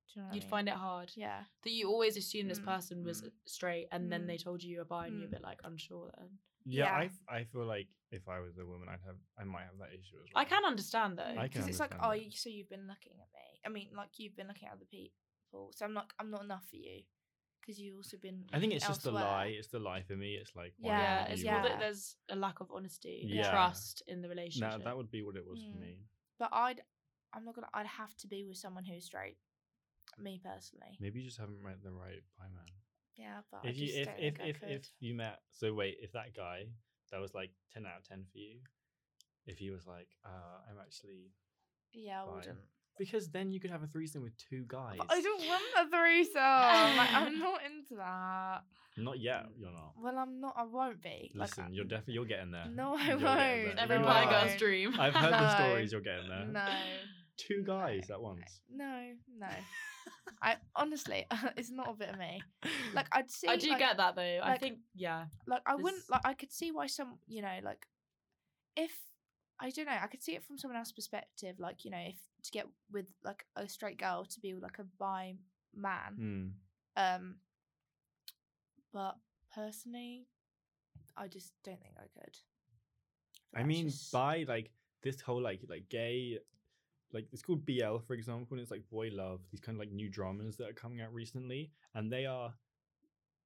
S3: Do you know? What
S1: you'd
S3: I mean?
S1: find it hard
S3: Yeah.
S1: that you always assume this
S3: Mm.
S1: person was uh,
S2: Mm.
S1: straight, and then
S3: Mm.
S1: they told you you're bi, and you're a
S3: Mm.
S1: bit like unsure. Then
S2: yeah,
S3: yeah.
S2: I f- I feel like if I was a woman, I'd have. I might have that issue as well.
S1: I can understand though.
S2: I can
S3: Because it's like,
S2: understand
S3: oh,
S2: that.
S3: you, so you've been looking at me. I mean, like you've been looking at other people. So I'm not, I'm not enough for you. Because you've also been.
S2: I think it's
S3: looking
S2: just the
S3: elsewhere.
S2: lie. It's the lie for me. It's like why
S1: yeah,
S2: aren't
S1: it's
S2: you
S1: more
S2: with-
S1: that there's a lack of honesty, and
S2: Yeah.
S1: trust in the
S2: No,
S1: relationship.
S2: that would be what it was
S3: Mm.
S2: for me.
S3: But I'd, I'm not gonna. I'd have to be with someone who's straight. Me personally.
S2: Maybe you just haven't met the right bi man.
S3: Yeah, but Oh, I
S2: if you
S3: just
S2: if
S3: don't
S2: if
S3: think
S2: if,
S3: I could.
S2: if you met so wait if that guy that was like 10 out of 10 for you if he was like uh i'm actually
S3: yeah, I
S2: fine.
S3: wouldn't.
S2: because then you could have a threesome with two guys
S3: But I don't want a threesome. like, I'm not into that.
S2: not yet you're not
S3: Well, I'm not. I won't be.
S2: listen
S3: like, I-
S2: you're definitely you're getting there
S3: No, I
S2: You'll get there.
S3: won't.
S1: Every
S2: You
S3: No.
S1: bi
S2: are.
S1: girl's dream.
S2: i've heard the
S3: No.
S2: stories you're getting there
S3: No,
S2: two guys at once
S3: no, no. I honestly, it's not a bit of me. Like I'd see.
S1: I do
S3: like,
S1: get that though. I
S3: like-
S1: think yeah,
S3: like I wouldn't
S1: There's-
S3: like I could see why some you know like if I don't know I could see it from someone else's perspective like you know if to get with like a straight girl to be with, like a bi man
S2: Hmm.
S3: um but personally I just don't think I could
S2: i
S3: That's
S2: mean
S3: just-
S2: by like this whole like like gay like it's called BL for example, and it's like boy love. These kind of like new dramas that are coming out recently, and they are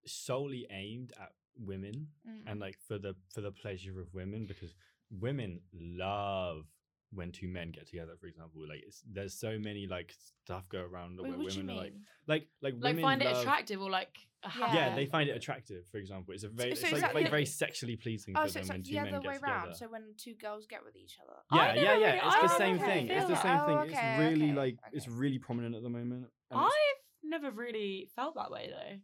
S2: solely aimed at women
S3: Mm,
S2: and like for the for the pleasure of women because women love when two men get together. For example, like it's, there's so many like stuff go around
S3: wait,
S2: where
S3: what do you
S2: women
S3: mean
S2: are like like like
S1: like
S2: women
S1: find it
S2: love-
S1: attractive or like a
S3: Yeah.
S1: happy
S2: Yeah, they
S1: ending.
S2: find it attractive. For example, it's a very
S3: so
S2: it's
S3: is
S2: like,
S3: that
S2: like
S3: the-
S2: very sexually pleasing
S3: oh
S2: for
S3: so
S2: them
S3: it's
S2: when
S3: like
S2: two
S3: the
S2: men
S3: other
S2: get
S3: way
S2: together.
S3: round so when two girls get with each other
S1: I
S2: Yeah,
S1: never
S2: yeah,
S1: really-
S2: yeah. It's the
S1: I
S2: same
S1: never
S2: thing. It's the
S1: felt
S2: same
S3: that.
S2: thing.
S3: Oh,
S2: It's
S3: okay,
S2: really
S3: okay,
S2: like it's
S3: okay.
S2: really prominent at the moment. and
S1: I've
S2: it's-
S1: never really felt that way though.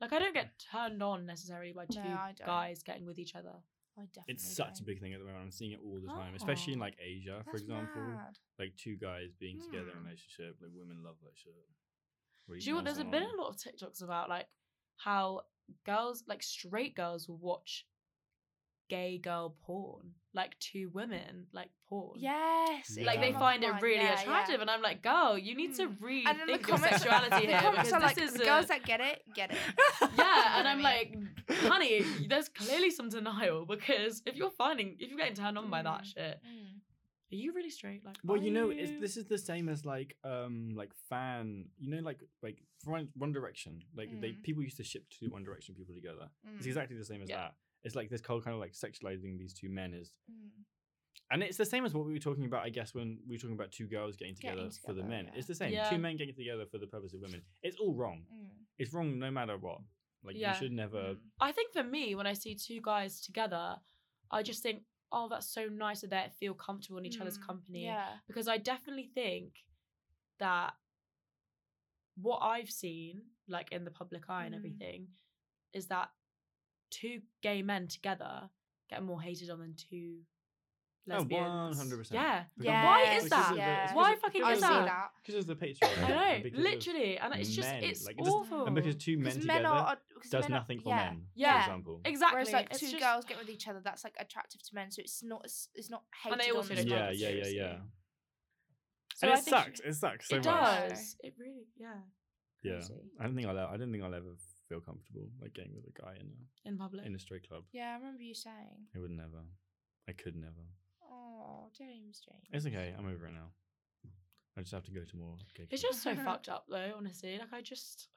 S1: Like I don't get turned on necessarily by two
S3: No, I don't.
S1: guys getting with each other.
S3: I definitely
S2: It's such a
S3: don't.
S2: big thing at the moment. I'm seeing it all the time, especially in
S1: Oh,
S2: like Asia, for
S3: That's
S2: example.
S3: mad.
S2: Like two guys being together in a
S3: Hmm.
S2: relationship. Like women love that shit.
S1: Do you know what? There's been a lot of TikToks about like how girls, like straight girls, will watch gay girl porn, like two women, like porn.
S3: yes it
S2: Yeah.
S1: Like they
S3: came up
S1: find it
S3: online,
S1: really
S3: yeah, yeah.
S1: attractive, and I'm like, girl, you need to
S3: Mm.
S1: rethink
S3: And then the
S1: your
S3: comments,
S1: sexuality
S3: the
S1: here
S3: comments
S1: because
S3: are like,
S1: this is
S3: the
S1: a-
S3: girls that get it, get it.
S1: yeah, and
S3: know
S1: I'm
S3: what I
S1: like, honey, there's clearly some denial because if you're finding, if you're getting turned on by that
S3: Mm.
S1: shit, are
S3: Mm.
S1: you really straight? Like,
S2: Well,
S1: are
S2: you know, it's, this is the same as like um like fan. You know, like like One, One Direction. Like they
S3: Mm.
S2: people used to ship two One Direction people together. It's
S3: Mm.
S2: exactly the same as
S1: Yeah.
S2: that. It's like this whole kind of like sexualizing these two men is
S3: Mm.
S2: And it's the same as what we were talking about, I guess, when we were talking about two girls getting together,
S3: Getting
S2: for the
S3: together,
S2: men.
S3: yeah.
S2: It's the same.
S1: Yeah.
S2: Two men getting together for the purpose of women. It's all wrong.
S3: Mm.
S2: It's wrong no matter what. Like
S1: Yeah.
S2: you should never.
S3: Mm.
S1: I think for me, when I see two guys together, I just think, oh, that's so nice that they feel comfortable in each other's
S3: Mm.
S1: company.
S3: Yeah.
S1: Because I definitely think that what I've seen, like in the public eye and
S3: Mm.
S1: everything, is that two gay men together get more hated on than two
S2: Oh,
S1: lesbians.
S2: 100%.
S1: Yeah.
S3: Yeah.
S1: Why
S2: of-
S1: is
S2: because
S1: that?
S2: of the-
S3: Yeah.
S2: it's
S1: Why
S2: because of-
S1: fucking
S2: because
S3: I
S1: is
S3: see
S2: of the-
S1: that?
S3: that.
S2: Because of the patriarchy.
S1: I
S2: and
S1: know,
S2: because of-
S1: literally. And it's just,
S2: men,
S1: it's
S2: like, it doesn't-
S1: awful.
S2: and because two men
S3: Because
S2: together
S3: men are, because
S2: does
S3: men are-
S2: nothing for
S3: yeah.
S2: men.
S1: Yeah.
S2: For example.
S1: exactly.
S3: Whereas like
S1: it's
S3: two
S1: just-
S3: girls get with each other, that's like attractive to men, so it's not it's, it's not hated.
S1: they also
S3: on
S1: don't
S3: as
S2: yeah,
S3: much.
S2: yeah, yeah,
S1: seriously.
S2: yeah.
S1: So
S2: and
S1: I
S2: it
S1: think-
S2: sucks. It sucks so
S1: it
S2: much.
S3: much.
S1: does. It really, yeah.
S2: Yeah.
S3: Crazy.
S2: I don't think I'll. e- I don't think I'll ever feel comfortable like getting with a guy in a
S1: In public.
S2: in a straight club.
S3: Yeah, I remember you saying,
S2: I would never. I could never.
S3: "Oh, James, James."
S2: It's okay. I'm over it now. I just have to go to more. Gay
S1: It's
S2: clubs.
S1: just so fucked up though, honestly. Like I just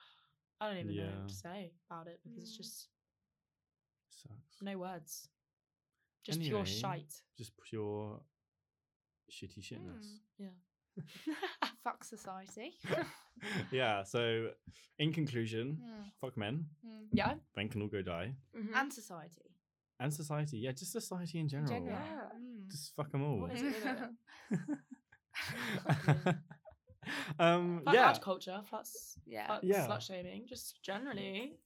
S1: I don't even know
S2: Yeah.
S1: what to say about it because it's
S3: Mm.
S1: just
S2: sucks.
S1: no words. Just pure
S2: Anyway.
S1: shite.
S2: Just pure shitty shitness.
S3: Mm. Fuck society.
S1: Hmm.
S2: yeah. So, in conclusion,
S3: Mm,
S2: fuck men.
S3: mm.
S1: yeah. Mm-hmm.
S2: Men can all go die.
S3: And society.
S2: and society. Yeah, just society in general.
S3: general.
S1: Yeah.
S3: Mm.
S2: Just fuck them all.
S1: What is it with it?
S2: um,
S1: Fuck
S2: yeah.
S1: ad culture, fuck, s-
S3: yeah.
S1: fuck
S2: Yeah.
S1: slut shaming, just generally.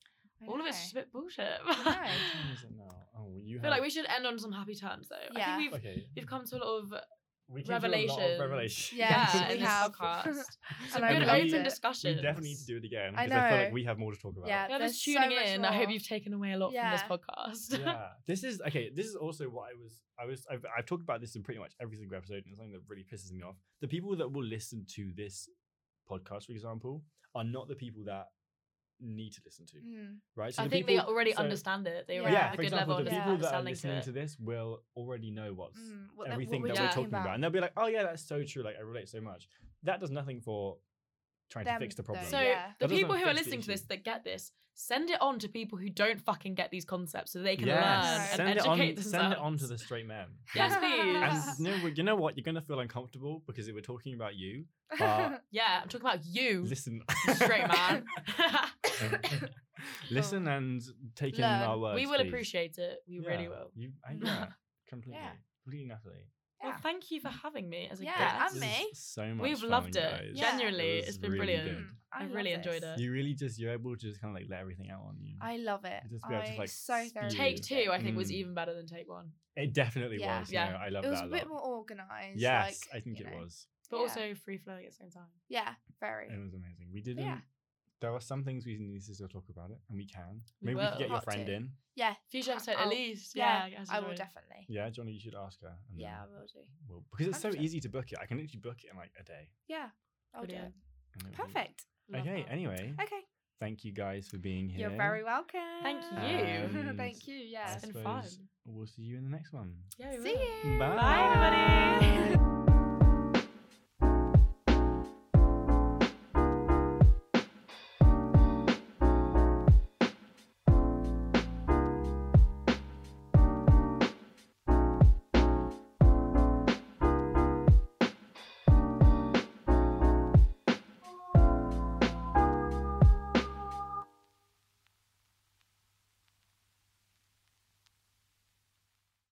S3: I
S1: All of it's
S3: know.
S1: just a bit bullshit.
S3: I
S1: I
S3: know.
S2: What time is it now? Oh, you
S1: feel like
S2: have-
S1: we should end on some happy terms though. I
S3: Yeah.
S1: think we've
S2: Okay.
S1: we've come to a lot of
S2: We came to a lot of
S1: Revelations.
S2: revelations.
S3: Yeah,
S1: yeah,
S3: we
S1: in this
S3: have.
S1: podcast. So
S3: And I
S1: good
S2: loved
S1: open
S2: it.
S1: discussion.
S2: We definitely need to do it again because
S3: I
S2: I, feel
S3: know.
S2: like we have more to talk about.
S3: Yeah.
S1: Yeah,
S3: There's
S1: just
S3: so
S1: tuning
S3: much
S1: in. I hope
S3: more.
S1: you've taken away a lot from
S3: Yeah.
S1: this podcast.
S2: yeah. This is okay. This is also what I was. I was. I've, I've talked about this in pretty much every single episode, and it's something that really pisses me off. The people that will listen to this podcast, for example, are not the people that need to listen to,
S3: Mm.
S2: right?
S1: I
S2: the
S1: think they
S2: people-
S1: already
S2: so-
S1: understand it. They
S3: Yeah.
S2: Yeah,
S1: already have a
S2: for
S1: good
S2: example,
S1: level
S2: the
S1: of
S2: people that are
S1: understanding to
S2: listening
S1: it.
S2: to this will already know what's
S3: Mm. What, the-
S2: everything
S3: what
S2: that
S3: we're
S2: we're
S1: talking
S2: talking about. and they'll be like, "Oh yeah, that's so true. Like I relate so much." That does nothing for trying
S3: Them,
S2: to fix the
S3: though,
S2: problem.
S1: So
S3: Yeah.
S2: That
S1: the
S2: doesn't
S1: people who are
S2: fix the
S1: listening to this
S2: issue.
S1: that get this, send it on to people who don't fucking get these concepts, so they can
S3: Yes.
S1: learn
S2: send
S1: and
S2: it on.
S1: educate themselves.
S2: Send it on to the straight man.
S1: Yes,
S2: And
S1: please.
S2: you know, what- you know what? You're gonna feel uncomfortable because we're talking about you. But
S1: Yeah, I'm talking about you,
S2: listen,
S1: straight man.
S2: listen and take in
S3: Oh. Learn.
S2: our words.
S1: we will
S2: please.
S1: appreciate it. We really
S2: Yeah.
S1: will.
S2: You, I,
S3: Mm.
S2: yeah, completely, completely, Natalie.
S1: Well,
S3: Yeah.
S1: thank you for having me as a
S3: Yeah,
S1: guest.
S3: and me.
S2: So much.
S1: We've
S2: fun,
S1: loved
S2: guys.
S1: it.
S3: Yeah.
S1: Genuinely,
S2: It
S1: it has
S2: was
S1: been
S2: really
S1: brilliant.
S2: good.
S3: Mm, I
S1: I
S3: love
S1: really enjoyed
S3: this.
S1: it.
S2: You really just you're able to just kind of like let everything out on you.
S3: I love it.
S2: Just be able to,
S3: I
S2: like,
S3: so
S2: speak.
S3: thoroughly
S1: Take
S3: enjoyed
S1: two, I think, was
S2: Mm.
S1: even better than take one,
S2: it definitely
S3: Yeah.
S2: was.
S1: Yeah.
S2: no, I love
S3: it. It was
S2: Mm, that
S3: a
S2: a
S3: bit
S2: lot.
S3: more organized.
S2: Yes,
S3: like,
S2: I think
S3: you
S2: it
S3: know.
S2: was.
S1: but
S3: Yeah.
S1: also free flowing at the same time.
S3: Yeah, very.
S2: It was amazing. We didn't.
S3: yeah.
S2: There are some things we need to still talk about it, and we can.
S1: We
S2: Maybe we
S1: will.
S2: can get your
S3: Part
S2: friend
S3: two.
S2: in.
S3: Yeah,
S1: Future episode,
S3: I'll-
S1: at least.
S3: yeah,
S1: Yeah, as
S3: I will
S1: enjoyed.
S3: definitely.
S2: Yeah, Johnny, you should ask her. and
S3: Yeah, I
S2: then
S3: will do.
S2: We'll, because it's so
S3: 100%.
S2: easy to book it. I can literally book it in like a day.
S3: Yeah, I'll do.
S1: Brilliant.
S2: and it will be-
S3: Perfect.
S1: Love
S2: Okay.
S1: that.
S2: Anyway,
S3: Okay.
S2: thank you guys for being here.
S3: You're very welcome.
S1: Thank you.
S2: And
S3: Thank you. Yeah.
S2: I
S1: It's been fun.
S2: suppose We'll see you in the next one.
S1: Yeah, we
S3: See
S1: will.
S3: you.
S2: Bye.
S1: Bye, everybody.